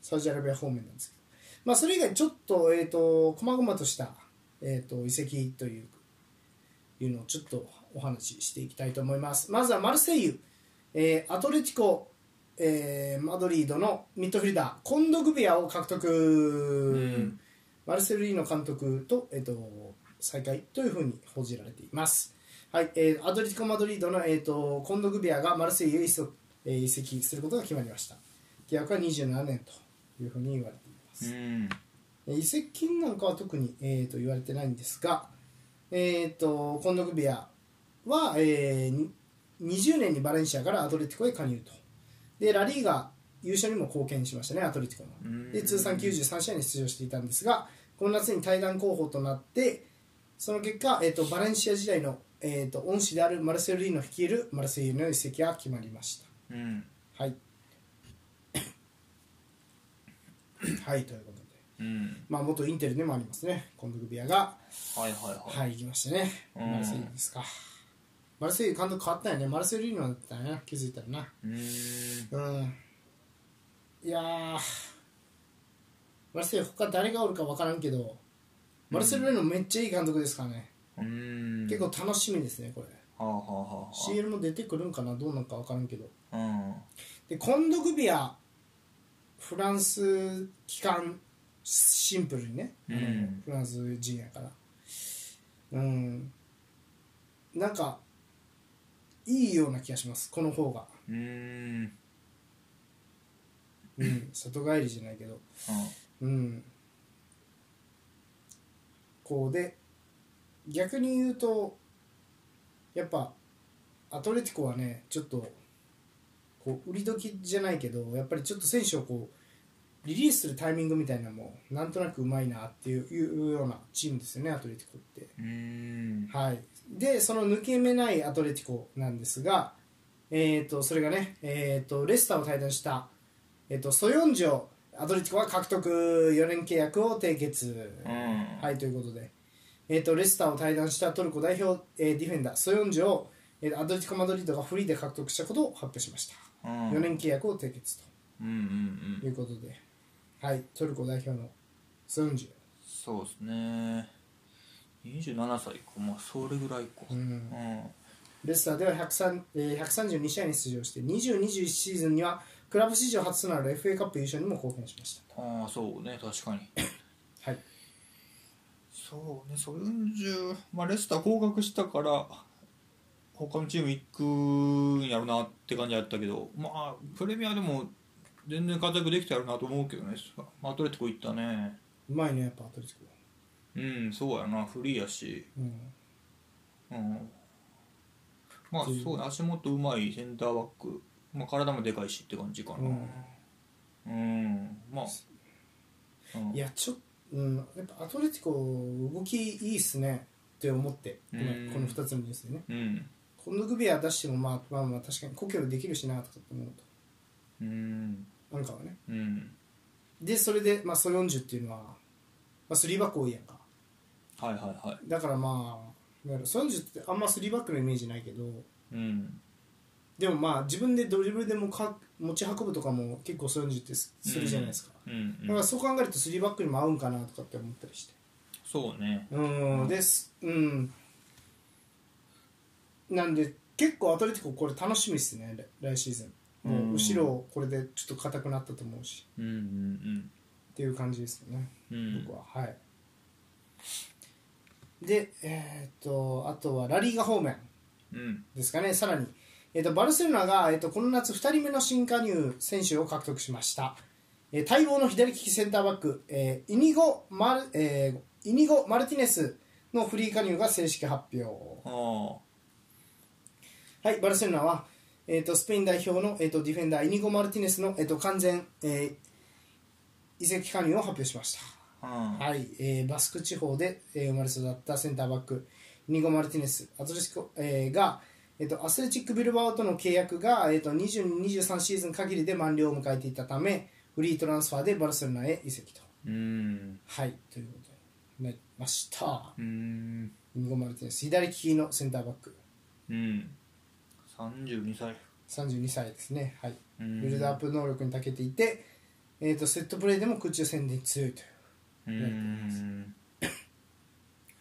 A: サウジアラビア方面なんですけど、まあ、それ以外にちょっと,、えー、と細々とした、えー、と移籍といういうのをちょっとお話ししていきたいと思いますまずはマルセイユ、えーアトレティコ、えーマドリードのミッドフィルダーコンドグビアを獲得、
B: うん
A: マルセルリーノ監督と,、えー、と再会というふうに報じられています、はいえーアトレティコ・マドリードの、えー、とコンドグビアがマルセイユへ移籍えー移籍することが決まりました契約は27年というふうに言われています、
B: うん
A: えー移籍金なんかは特に、えー、と言われてないんですが、えー、とコンドグビアは、えーに20年にバレンシアからアトレティコへ加入とでラリーが優勝にも貢献しましたねアトレティコ
B: う
A: の
B: ん
A: で通算93試合に出場していたんですがこの夏に対談候補となってその結果、えー、とバレンシア時代の、えー、と恩師であるマルセル・リーノ率いるマルセイユの移籍が決まりました
B: うん
A: はい はいということで
B: うん
A: まあ、元インテルでもありますね、コンドグビアが、
B: はいはいはい
A: はい、行きましたね、
B: うん
A: マルセイユですか。マルセイユ監督変わったよね、マルセルリーノだったね、気づいたらな。
B: うん
A: うん。いやー、マルセイユ、他誰がおるか分からんけど、マルセルリーノめっちゃいい監督ですからね、
B: うん
A: 結構楽しみですね、これ。
B: はあはあはあは
A: CL も出てくるんかな、どうなんか分からんけど。
B: あうん
A: で、コンドグビア、フランス機関、シンプルにね、あの
B: うん
A: フランス人やから。うん、なんかいいような気がしますこの方が、
B: うんうん
A: うん、里帰りじゃないけど、うん、こうで逆に言うとやっぱアトレティコはねちょっとこう売り時じゃないけどやっぱりちょっと選手をこうリリースするタイミングみたいなのもなんとなくうまいなっていういうようなチームですよねアトレティコって。
B: うん
A: はい、でその抜け目ないアトレティコなんですが、えー、とそれがね、えー、とレスターを退団した、えー、とソヨンジをアトレティコは獲得4年契約を締結、
B: うん
A: はいということで、えー、とレスターを退団したトルコ代表、えーディフェンダーソヨンジを、えーアトレティコ・マドリードがフリーで獲得したことを発表しました
B: うん
A: 4年契約を締結
B: うんうんうん
A: ということで、はい、トルコ代表のソヨンジ、
B: そうですね27歳かまあそれぐらいか
A: う
B: うん
A: ん
B: うん
A: レスターでは103えー132試合に出場して2021シーズンにはクラブ史上初となる FA カップ優勝にも貢献しまし
B: ああそうね確かに
A: た、はい
B: そうねソヨンジュまあレスター降格したから他のチーム行くんやろなって感じやったけどまあプレミアでも全然活躍できたやろなと思うけどねまあアトレティコ行ったね
A: うまいねやっぱアトレティコ、
B: うんそうやなフリーやし
A: うん、
B: うんまあ
A: っていう
B: そうね足元うまいセンターバック、まあ、体もでかいしって感じかなうん、まあ、うん、
A: いやちょっうん、やっぱアトレティコ動きいいっすねって思ってごめん
B: うん
A: この2つのニュースでね
B: うん
A: 今度グビア出してもまあまあまあ確かに故郷できるしなとかって思う
B: うん
A: となんかはね
B: うん
A: でそれで、まあ、ソヨンジュっていうのは、まあ、3バック多いやんか
B: はいはいは
A: だからまあなんかソヨンジュってあんま3バックのイメージないけど
B: いうん
A: でもまあ自分でドリブルでもか持ち運ぶとかも結構そういうのってすするじゃないですか、
B: うん、
A: だ
B: う
A: か
B: ん
A: ら、そう考えると3バックにも合うんかなとかって思ったりして
B: そうね
A: うん、
B: うん
A: ですうんなんで結構アトレティコこれ楽しみですね来来シーズン
B: う
A: も
B: ん
A: う後ろこれでちょっと硬くなったと思うし
B: うんうん
A: っていう感じですよね、
B: うんうん
A: 僕ははいでえーっとあとはラリーガ方面
B: うん
A: ですかねさらに、えー、とバルセロナが、えー、とこの夏2人目の新加入選手を獲得しました、えー待望の左利きセンターバック、えーイニゴマル、えーイニゴ・マルティネスのフリー加入が正式発表
B: ああ
A: はい、バルセロナは、えー、とスペイン代表の、えー、とディフェンダーイニゴ・マルティネスの、えー、と完全、えー移籍加入を発表しました、
B: うん
A: はいえーバスク地方で、えー生まれ育ったセンターバックイニゴ・マルティネスアトレシコ、えーが、えー、とアスレチック・ビルバオとの契約が、えー、と2223シーズン限りで満了を迎えていたためフリートランスファーでバルセロナへ移籍と,、
B: うん
A: はい、ということになりました
B: うん
A: イニゴ・マルティネス左利きのセンターバック
B: うん32歳
A: 32歳ですねはい
B: うん
A: ビルドアップ能力に長けていて、えー、とセットプレーでも空中戦で強いという
B: うん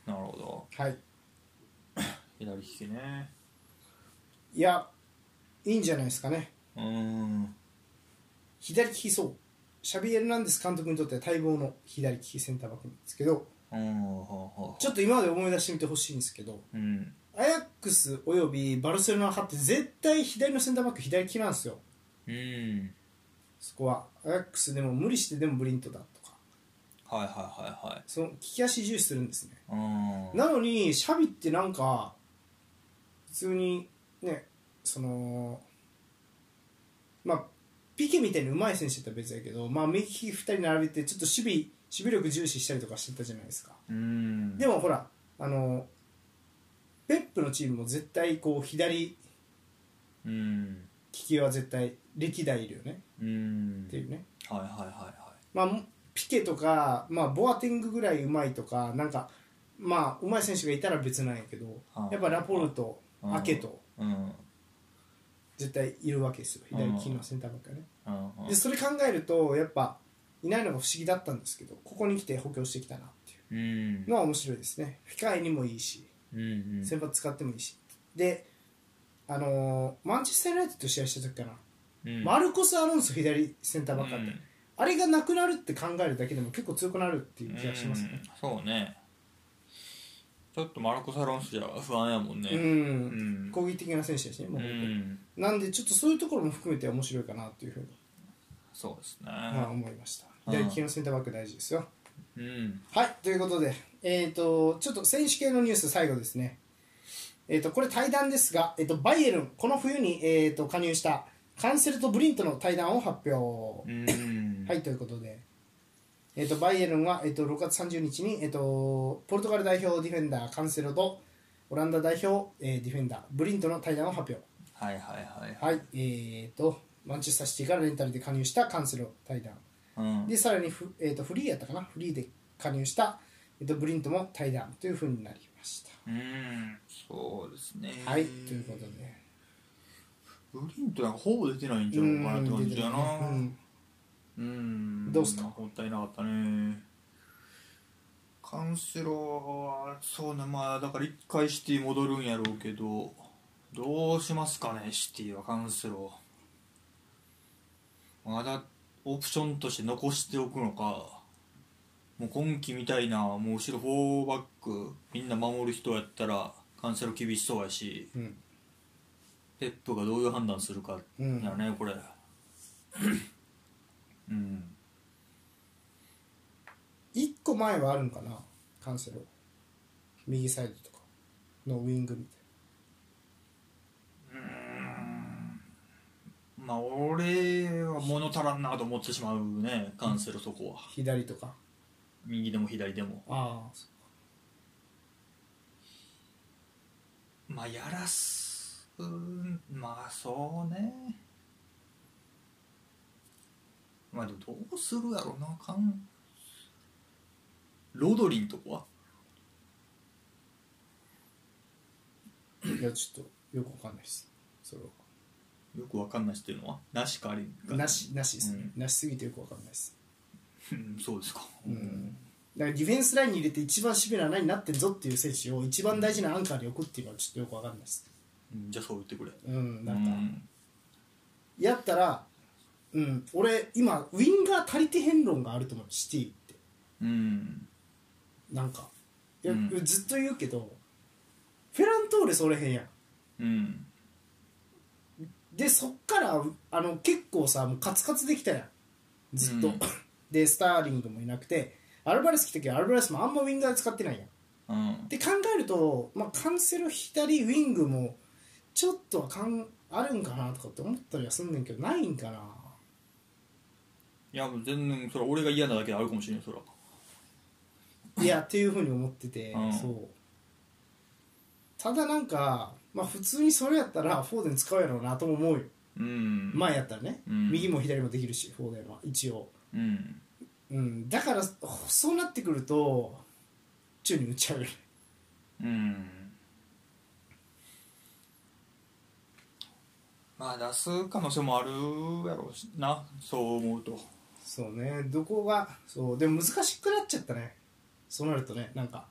B: なるほど
A: はい
B: 左利きね
A: いやいいんじゃないですかね
B: うん
A: 左利きそうシャビエル・ナンデス監督にとっては待望の左利きセンターバックなんですけど
B: うんはあはあ
A: ちょっと今まで思い出してみてほしいんですけど
B: うん
A: アヤックスおよびバルセロナ派って絶対左のセンターバック左利きなんですよ
B: うん
A: そこはアヤックスでも無理してでもブリントだとか
B: はいはいはいはい
A: その利き足重視するんですね
B: うん
A: なのにシャビってなんか普通にねそのまあ PK みたいに上手い選手だったら別だけど、まあ、右利き2人並べてちょっと守備守備力重視したりとかしてたじゃないですか
B: うん
A: でもほらあのペップのチームも絶対こう左利
B: うん
A: きは絶対歴代いるよね
B: うん
A: っていうね、
B: はいはいは
A: まあ、もピケとか、まあ、ボアティングぐらい上手いとかなんかまあ上手い選手がいたら別なんやけど
B: はい
A: やっぱラポルト
B: うん
A: アケと。
B: いはいうん
A: 絶対いるわけですよ左利きのセンターバックがね
B: うんうん
A: でそれ考えるとやっぱいないのが不思議だったんですけどここに来て補強してきたなってい
B: うん
A: うのは面白いですね控えにもいいし
B: うんうん
A: 先発使ってもいいしであのーマンチェスター・ユナイテッドと試合した時かな、
B: うん
A: マルコス・アロンソ左センターバックあった、
B: うん
A: あれがなくなるって考えるだけでも結構強くなるっていう気がしますね
B: うんそうねちょっとマルコ・サロンスじゃ不安やもんね
A: うん、
B: うん
A: 攻撃的な選手だしねも
B: う
A: う、
B: ん
A: なんでちょっとそういうところも含めて面白いかなというふうに、
B: そうですね
A: まあ、思いました
B: うん
A: 左利きのセンターバック大事ですよ、
B: うん
A: はい、ということで、えー、とちょっと選手系のニュース、最後ですね、えー、とこれ、対談ですが、えー、とバイエルン、この冬に、えー、と加入したカンセルとブリントの対談を発表。
B: うん
A: はいということで、えー、とバイエルンは、えー、と6月30日に、えー、とポルトガル代表ディフェンダー、カンセロとオランダ代表、えーディフェンダー、ブリントの対談を発表。
B: はいはいはい
A: はいえー、とマンチェスターシティからレンタルで加入したカンセロ対談。
B: うん
A: でさらにフ,、えー、とフリーやったかなフリーで加入した、えー、とブリントも対談というふうになりました、
B: うんそうですね
A: はいということで
B: ブリントなんかほぼ出てないんじゃないかなって感じだな
A: うん
B: うん
A: どうっすか
B: もったいなかったねカンセロはそうねまあだから一回シティ戻るんやろうけどどうしますかねシティはカンセロまだオプションとして残しておくのかもう今季みたいなもう後ろ4バックみんな守る人やったらカンセロ厳しそうやし
A: うん
B: ペップがどういう判断するか
A: うん
B: だねこれうん
A: 1個前はあるのかなカンセロ右サイドとかのウイングみたい
B: まあ俺は物足らんなと思ってしまうねカンセルそこは
A: な左とか
B: 右でも左でも
A: あ
B: まあやらすうんまあそうねまあでもどうするやろうなカンロドリンとこは
A: あいやちょっとよくわかんないですそれは
B: よくわかんないしっていうのはなしかありか
A: なしなしですね、
B: う
A: なしすぎてよくわかんないです
B: うんそうですか
A: うんだからディフェンスラインに入れて一番守備の穴になってんぞっていう選手を一番大事なアンカーに置くっていうのはちょっとよくわかんないです
B: うんじゃあそう言ってくれ
A: うん
B: う
A: なんか、
B: ん
A: やったらうん俺今ウィンガー足りてへん論があると思うシティって
B: うん
A: なんかいや、
B: うん
A: ずっと言うけどフェラントーレそれへんやん
B: うん
A: でそっからあの結構さもうカツカツできたやんずっと、
B: うん
A: でスターリングもいなくてアルバレス来たけどアルバレスもあんまウィンガー使ってないやん
B: うん
A: で考えると、まあ、カンセロ左ウィングもちょっとはかんあるんかなとかって思ったりはすんねんけどないんかない
B: やもう全然それは俺が嫌なだけであるかもしれないそれはい
A: やっていうふうに思ってて、
B: うん
A: そうただなんか、まあ、普通にそれやったらフォーデン使うやろうなとも思うよ
B: うん
A: 前やったらね、
B: うん
A: 右も左もできるしフォーデンは一応、
B: うん
A: うん、だからそうなってくると宙に打ち上げる
B: うんまあ出す可能性もあるやろうしなそう思うと
A: そうねどこがそうでも難しくなっちゃったねそうなるとねなんか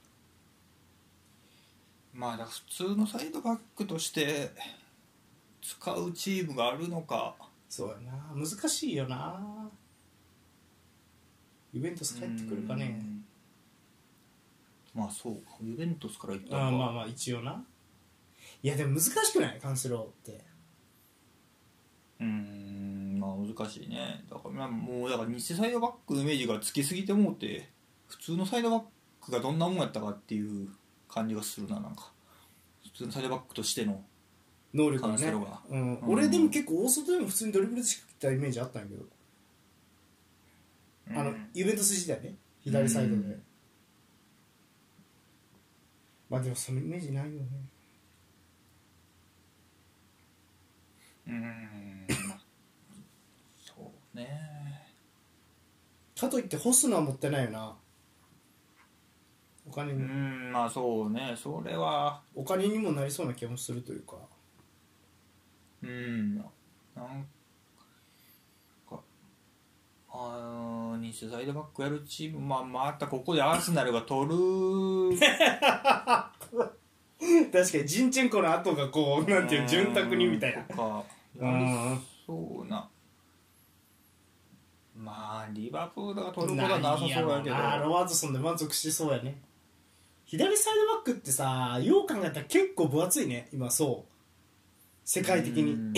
B: まあだから普通のサイドバックとして使うチームがあるのか
A: そうやな難しいよなユベントス帰ってくるかね
B: うんまあそうかユベントスから行ったの
A: あ
B: か
A: あまあまあ一応ないやでも難しくないカンセロって
B: うーんまあ難しいねだからまあもうだから西サイドバックのイメージがつきすぎてもうて普通のサイドバックがどんなもんやったかっていう感じがするななんか普通のサイドバックとしての
A: 能力が
B: カンセ
A: ね
B: ロが
A: うん、
B: うん
A: 俺でも結構大外でも普通にドリブルでしか来たイメージあったんやけど、あ
B: う
A: の
B: ん
A: ユベントス時代ね左サイドで、
B: うん
A: まあでもそのイメージないよね
B: うーんまあそうね
A: かといって干すのはもったいないよなお金
B: う
A: に、
B: んまあそうねそれは
A: お金にもなりそうな気もするというか
B: うんなんかあー西サイドバックやるチームまあまたここでアーセナルが取る
A: 確かにジンチェンコの後がこうなんていう潤沢にみたいな
B: とかやりそうなまあリバプールが取ることはなさそうやけど
A: あロワーズソンで満足しそうやね左サイドバックってさよう考えたら結構分厚いね今そう世界的
B: う
A: に
B: ん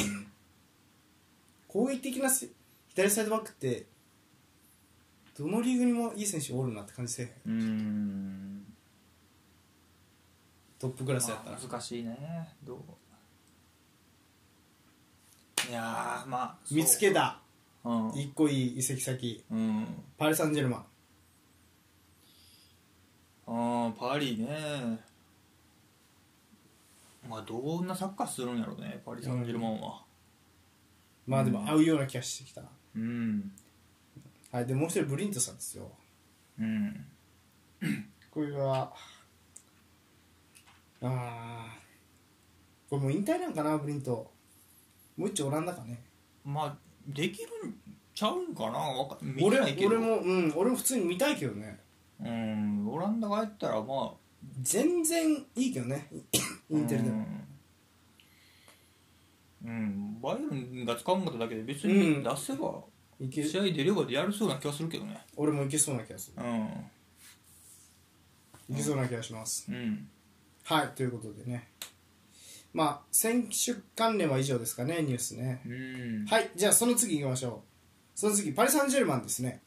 A: 攻撃的なせ左サイドバックってどのリーグにもいい選手おるなって感じせえへん
B: うん
A: トップクラスやったら
B: まあ難しいねどういやーまあそう
A: 見つけた
B: うん
A: 一個いい移籍先
B: うん
A: パリ・サンジェルマン
B: あーパリねまあどんなサッカーするんやろうねパリ・サンジェルマンは
A: まあで
B: う
A: も
B: ん
A: 合うような気がしてきたな
B: うん
A: はいでもう一人ブリントさんですよ
B: うん
A: これはあーこれもう引退なんかなブリントもう一丁オランダかね
B: まあできるんちゃうんかなわか見て
A: 俺
B: ないけど
A: 俺もうん俺も普通に見たいけどね
B: うんオランダがやったらまあ
A: 全然いいけどねインテルでも
B: うん、うんバイエルンが使わんかっただけで別
A: うん
B: に出せば、
A: いけ
B: 試合出ればやるそうな気がするけどね
A: 俺もいけそうな気がする
B: う
A: いけそうな気がします
B: んうん
A: はいということでねまあ選手関連は以上ですかねニュースね
B: うん
A: はいじゃあその次行きましょうその次パリ・サンジェルマンですね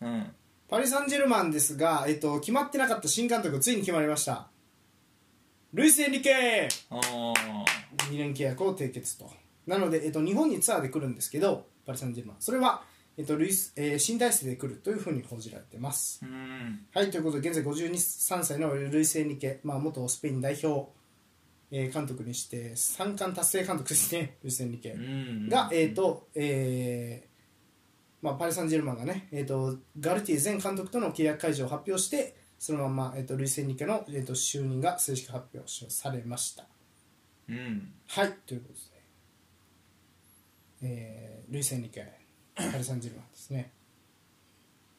B: うん
A: パリ・サンジェルマンですが、えっと、決まってなかった新監督ついに決まりましたルイス・エンリケ
B: ああ
A: 2年契約を締結となので、えっと、日本にツアーで来るんですけどパリ・サンジェルマンそれは、えっとルイスえー新体制で来るというふうに報じられてます
B: うん
A: はいということで現在53歳のルイス・エンリケ、まあ、元スペイン代表、えー監督にして3冠達成監督ですね ルイス・エンリケ、
B: うん
A: が、えーとえーまあ、パリ・サンジェルマンがね、えー、とガルティエ前監督との契約解除を発表してそのまんま、えー、とルイス・エンリケの、えー、と就任が正式発表されました
B: うん
A: はいということで、えールイス・エンリケパリ・サンジェルマンですね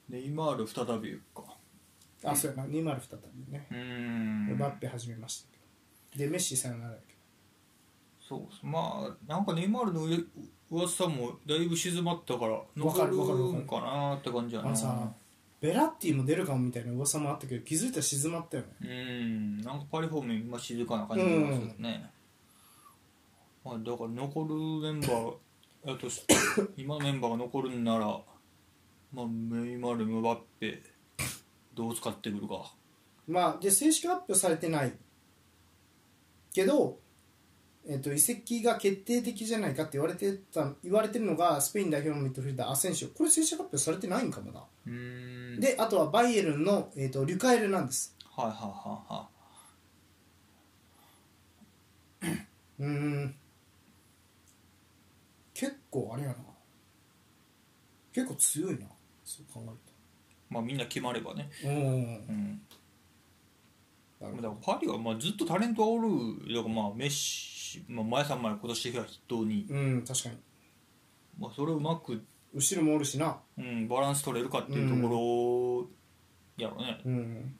B: ネイマール再びか
A: あそうやな202再びね
B: うん
A: バッペ始めましたけどでメッシさよならだけ
B: そうそうまあなんかネイマールのう噂もだいぶ静まったから
A: わ
B: 残
A: か
B: る
A: るわかるわかる
B: んかなって感じや
A: あ
B: な
A: のさベラッティも出るかもみたいな噂もあったけど気づいたら静まったよね
B: うんなんかパリ方面今静かな感じがしますけどね、まあ、だから残るメンバーやとして 今のメンバーが残るんならまあネイマールムバッペどう使ってくるか
A: まあで正式発表されてないけど、えっと移籍が決定的じゃないかって言われてた言われてるのがスペイン代表のミッドフィルダーアセンシオこれ正式発表されてないんかもな、
B: うん
A: であとはバイエルンの、えっとリュカエルなんです
B: はいはいはいは
A: うーん結構あれやな結構強いなそう考
B: いまあみんな決まればね
A: えるとうん
B: うん
A: な
B: ま
A: る
B: あ
A: ほ
B: だ
A: ど
B: からパリはまあずっとタレントはおるだからまあメッシ、まあ、前さん前今年は筆頭に、
A: うん確かに
B: まあ、それをうまく、
A: 後ろもおるしな
B: うん、バランス取れるかっていうところやろね、
A: うん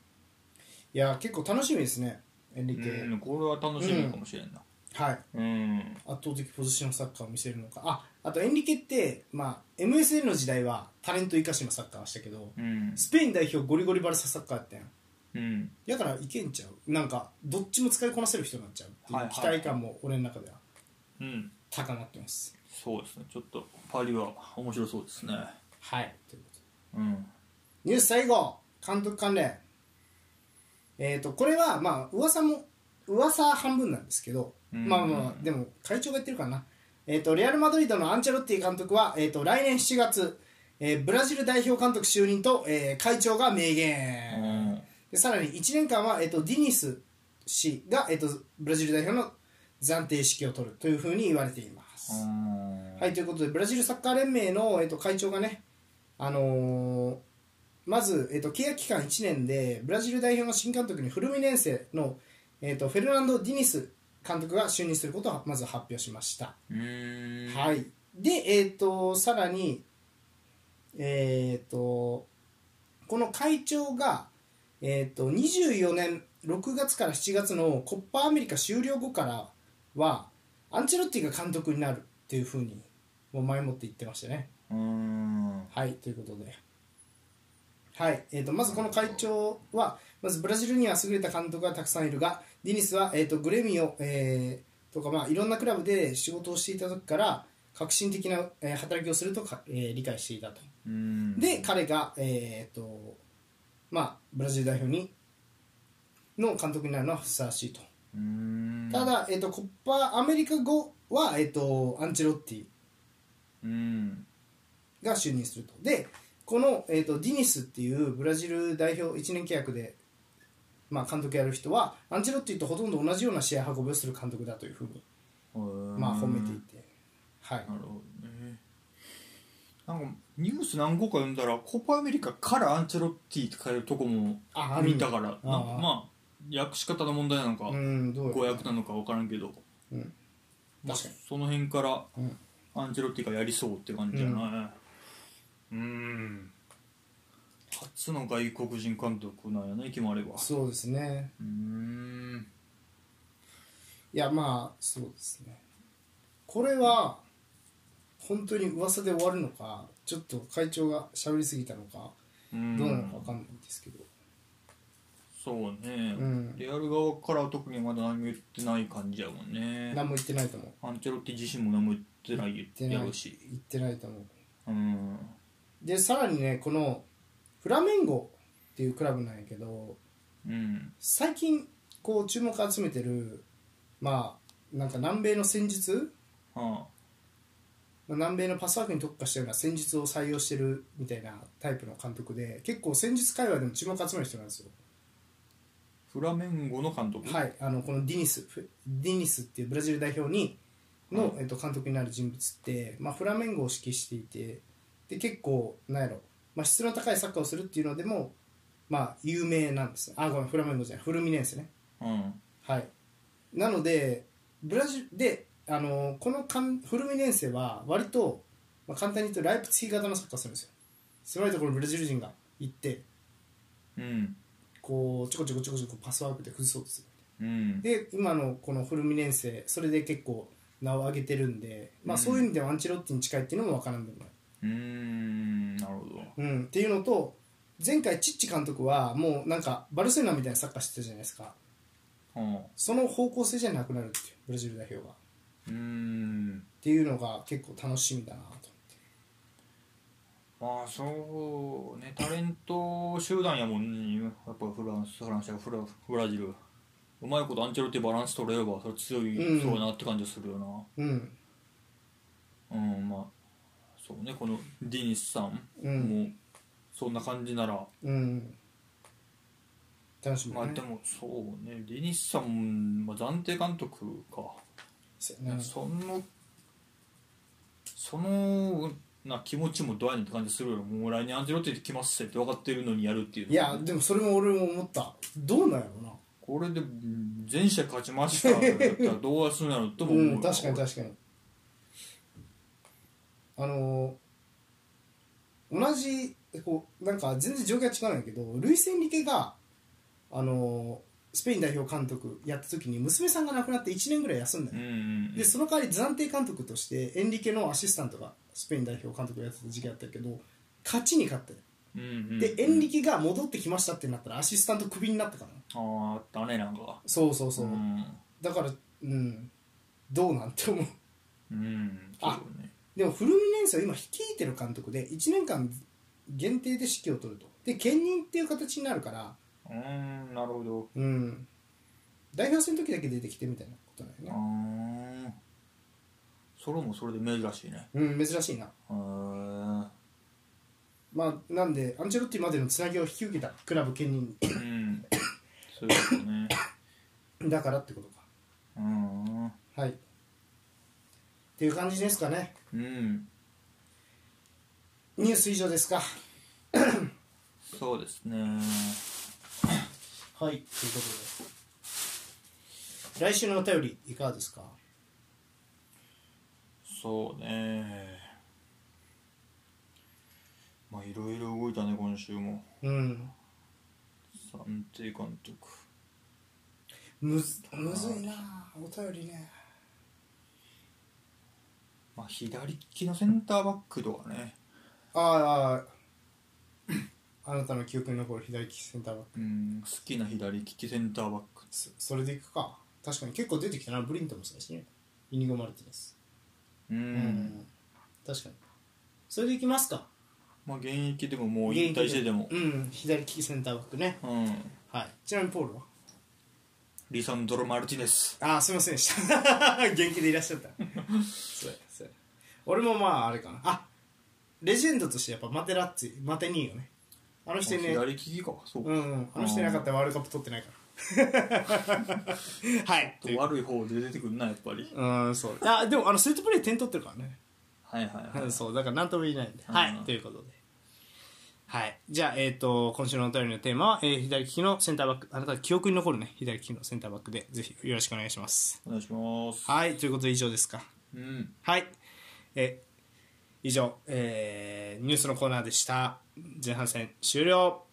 A: いや結構楽しみですねエン
B: う
A: リケ、
B: ん、これは楽しみかもしれんな
A: はい
B: うん、
A: 圧倒的ポジションサッカーを見せるのかああとエンリケって、まあ、MSN の時代はタレント生かしのサッカーはしたけど
B: うん
A: スペイン代表ゴリゴリバルササッカーやったやん
B: うん
A: やからいけんちゃうなんかどっちも使いこなせる人になっちゃうってい
B: はいうはい
A: 期待感も俺の中では
B: うん
A: 高まってます
B: そうですねちょっとパリは面白そうですね
A: はいということで
B: うん
A: ニュース最後監督関連えっ、とこれはまあ噂も噂半分なんですけど、
B: うん
A: まあまあでも会長が言ってるからなえっ、とレアル・マドリードのアンチェロッティ監督は、えー、と来年7月、えーブラジル代表監督就任と、えー会長が明
B: う
A: 言、
B: ん
A: でさらに1年間は、えっとディニス氏が、えっとブラジル代表の暫定指揮を取るというふうに言われています、
B: うん
A: はいということでブラジルサッカー連盟の、えっと会長がね、あのーまず、えっと契約期間1年でブラジル代表の新監督にフルミネンセの、えっとフェルナンド・ディニス監督が就任することをまず発表しました、
B: うん
A: はい、で、えー、とさらに、えー、とこの会長が、えー、と24年6月から7月のコッパアメリカ終了後からはアンチェロッティが監督になるっていうふうにもう前もって言ってましたね。
B: うん
A: はいということで、はいえー、とまずこの会長はまずブラジルには優れた監督がたくさんいるがディニスは、えー、とグレミオ、えーとか、まあ、いろんなクラブで仕事をしていた時から革新的な、えー働きをするとか、えー理解していたと
B: うん
A: で彼が、えーとまあ、ブラジル代表にの監督になるのはふさわしいと、
B: うん
A: ただ、えー、とコッパアメリカ後は、えー、とアンチェロッティ
B: うん
A: が就任するとでこの、えー、とディニスっていうブラジル代表1年契約で、まあ、監督やる人はアンチェロッティとほとんど同じような試合運びをする監督だというふうに、まあ、褒めていて、はい
B: なるほどねなんかニュース何個か読んだらコパアメリカからアンチェロッティって書いてるとこも
A: ああるん
B: 見
A: だ
B: たからなんか
A: ああ
B: まあ訳し方の問題なのか
A: うんどう
B: 誤
A: や
B: 訳なのか分からんけど、
A: うん
B: まあ
A: 確かに
B: その辺から
A: うん
B: アンチェロッティがやりそうって感じじゃないうん初の外国人監督なんやね決まれば
A: そうですね
B: うん
A: いやまあそうですねこれは本当に噂で終わるのかちょっと会長が喋りすぎたのか
B: うん
A: どうなのか分かんないんですけど、
B: そうね、
A: うん
B: レアル側からは特にまだ何も言ってない感じやもんね
A: 何も言ってないと思う
B: アンチェロッティ自身も何も言ってない
A: 言って
B: や
A: ない
B: ろう
A: 言
B: し
A: ってないと思う
B: うん
A: でさらにねこのフラメンゴっていうクラブなんやけど
B: うん
A: 最近こう注目を集めてるまあなんか南米の戦術
B: は
A: まあ南米のパスワークに特化したような戦術を採用してるみたいなタイプの監督で結構戦術界隈でも注目を集める人なんですよ
B: あ、フラメンゴの監督
A: はいあのこのディニスフディニスっていうブラジル代表にの、
B: う
A: えっと、監督になる人物って、まあ、フラメンゴを指揮していてで結構なんやろ、まあ、質の高いサッカーをするっていうのでもまあ有名なんですねあごめんフラメンゴじゃないフルミネンスね
B: うん
A: はいなのでブラジルであのこのかんフルミネンセは割と、まあ、簡単に言うとライプツヒ型のサッカーをするんですよ狭いところにブラジル人が行って
B: うん
A: こうちょこちょこちょこちょこパスワークで崩そうとする
B: うん
A: で今のこのフルミネンセそれで結構名を挙げてるんで、まあ、そういう意味ではアンチェロッティに近いっていうのも分からんでもない、
B: うーんなるほど
A: うん、っていうのと前回チッチ監督はもうなんかバルセロナみたいなサッカーしてたじゃないですか
B: はあ
A: その方向性じゃなくなるっていうブラジル代表がっ
B: うーん
A: ていうのが結構楽しみだなと思って
B: まあそうねタレント集団やもんねやっぱフランスフランスやフラブラジルうまいことアンチェロってバランス取れればそれ強い、
A: うん
B: そうやなって感じがするよな
A: うん
B: うんまあそうねこのディニスさん
A: うん
B: もそんな感じなら、
A: うん楽しみ
B: ま
A: だ
B: あ
A: ね
B: でもそうねディニスさん、まあ、暫定監督か、
A: そうやな
B: そのそのな気持ちもどうやねんって感じするよもう来年アンジェロッティ来ますって分かってるのにやるっていうの
A: いやでもそれも俺も思ったどうなんやろうな
B: これでうん全試合勝ちましたやったらどうするんやろとも思うよ、
A: うん、確かに確かにあのー同じこうなんか全然状況は違うんやけどルイス・エンリケが、あのースペイン代表監督やった時に娘さんが亡くなって1年ぐらい休んだ
B: う
A: よ、
B: んうんうん
A: でその代わり暫定監督としてエンリケのアシスタントがスペイン代表監督やってた時期あったけど勝ちに勝ったよ
B: うんうん
A: でエンリケが戻ってきましたってなったらアシスタントクビになったからな
B: あああったねなんか
A: そうそうそう、
B: ん、
A: だからうんどうなんて思う
B: うん、
A: あ
B: そうね
A: でもフルミネンセは今率いてる監督で1年間限定で指揮を取るとで兼任っていう形になるから
B: うーんなるほど
A: うん代表戦の時だけ出てきてみたいなことだ
B: あ
A: よね
B: ーそれもそれで珍しいね
A: うん珍しいな
B: へー
A: まあなんでアンチェロッティまでのつなぎを引き受けたクラブ兼 任
B: うんそういうことね
A: だからってことか
B: うん
A: はいっていう感じですかね
B: うん
A: ニュース以上ですか
B: そうですね
A: はいということで来週のお便りいかがですか
B: そうねまあいろいろ動いたね今週も
A: うん
B: 暫定監督
A: むずむずいなお便りね
B: まあ左利きのセンターバックとかね
A: あ ああなたの記憶に残る左利きセンターバック
B: うん好きな左利きセンターバック
A: そそれでいくか確かに結構出てきたなブリントンもそうだしねイニゴ・マルティネス
B: うん、
A: うん確かにそれでいきますか
B: まあ現役でももう引退してでも
A: うん左利きセンターバックね
B: うん
A: はいちなみにポールは
B: リサンドロ・マルティネス
A: ああすいませんでした 元気でいらっしゃったそうやそうや俺もまああれかなあレジェンドとしてやっぱマテラッツィマテニーよねあの人ね
B: 左利きかそう
A: う
B: か、
A: んうんあの人いなかったらワールドカップ取ってないから はい
B: 悪い方で出てくるなやっぱり
A: うんそうあでもあのセットプレー点取ってるからね、
B: はいはいはい
A: そうだから何とも言えないんで、はい
B: うん
A: ということではいじゃあ、えー、と今週のお便りのテーマは、えー左利きのセンターバックあなたの記憶に残るね左利きのセンターバックでぜひよろしくお願いします
B: お願いします
A: はいということで以上ですか
B: うん
A: はいえ以上、えーニュースのコーナーでした前半戦終了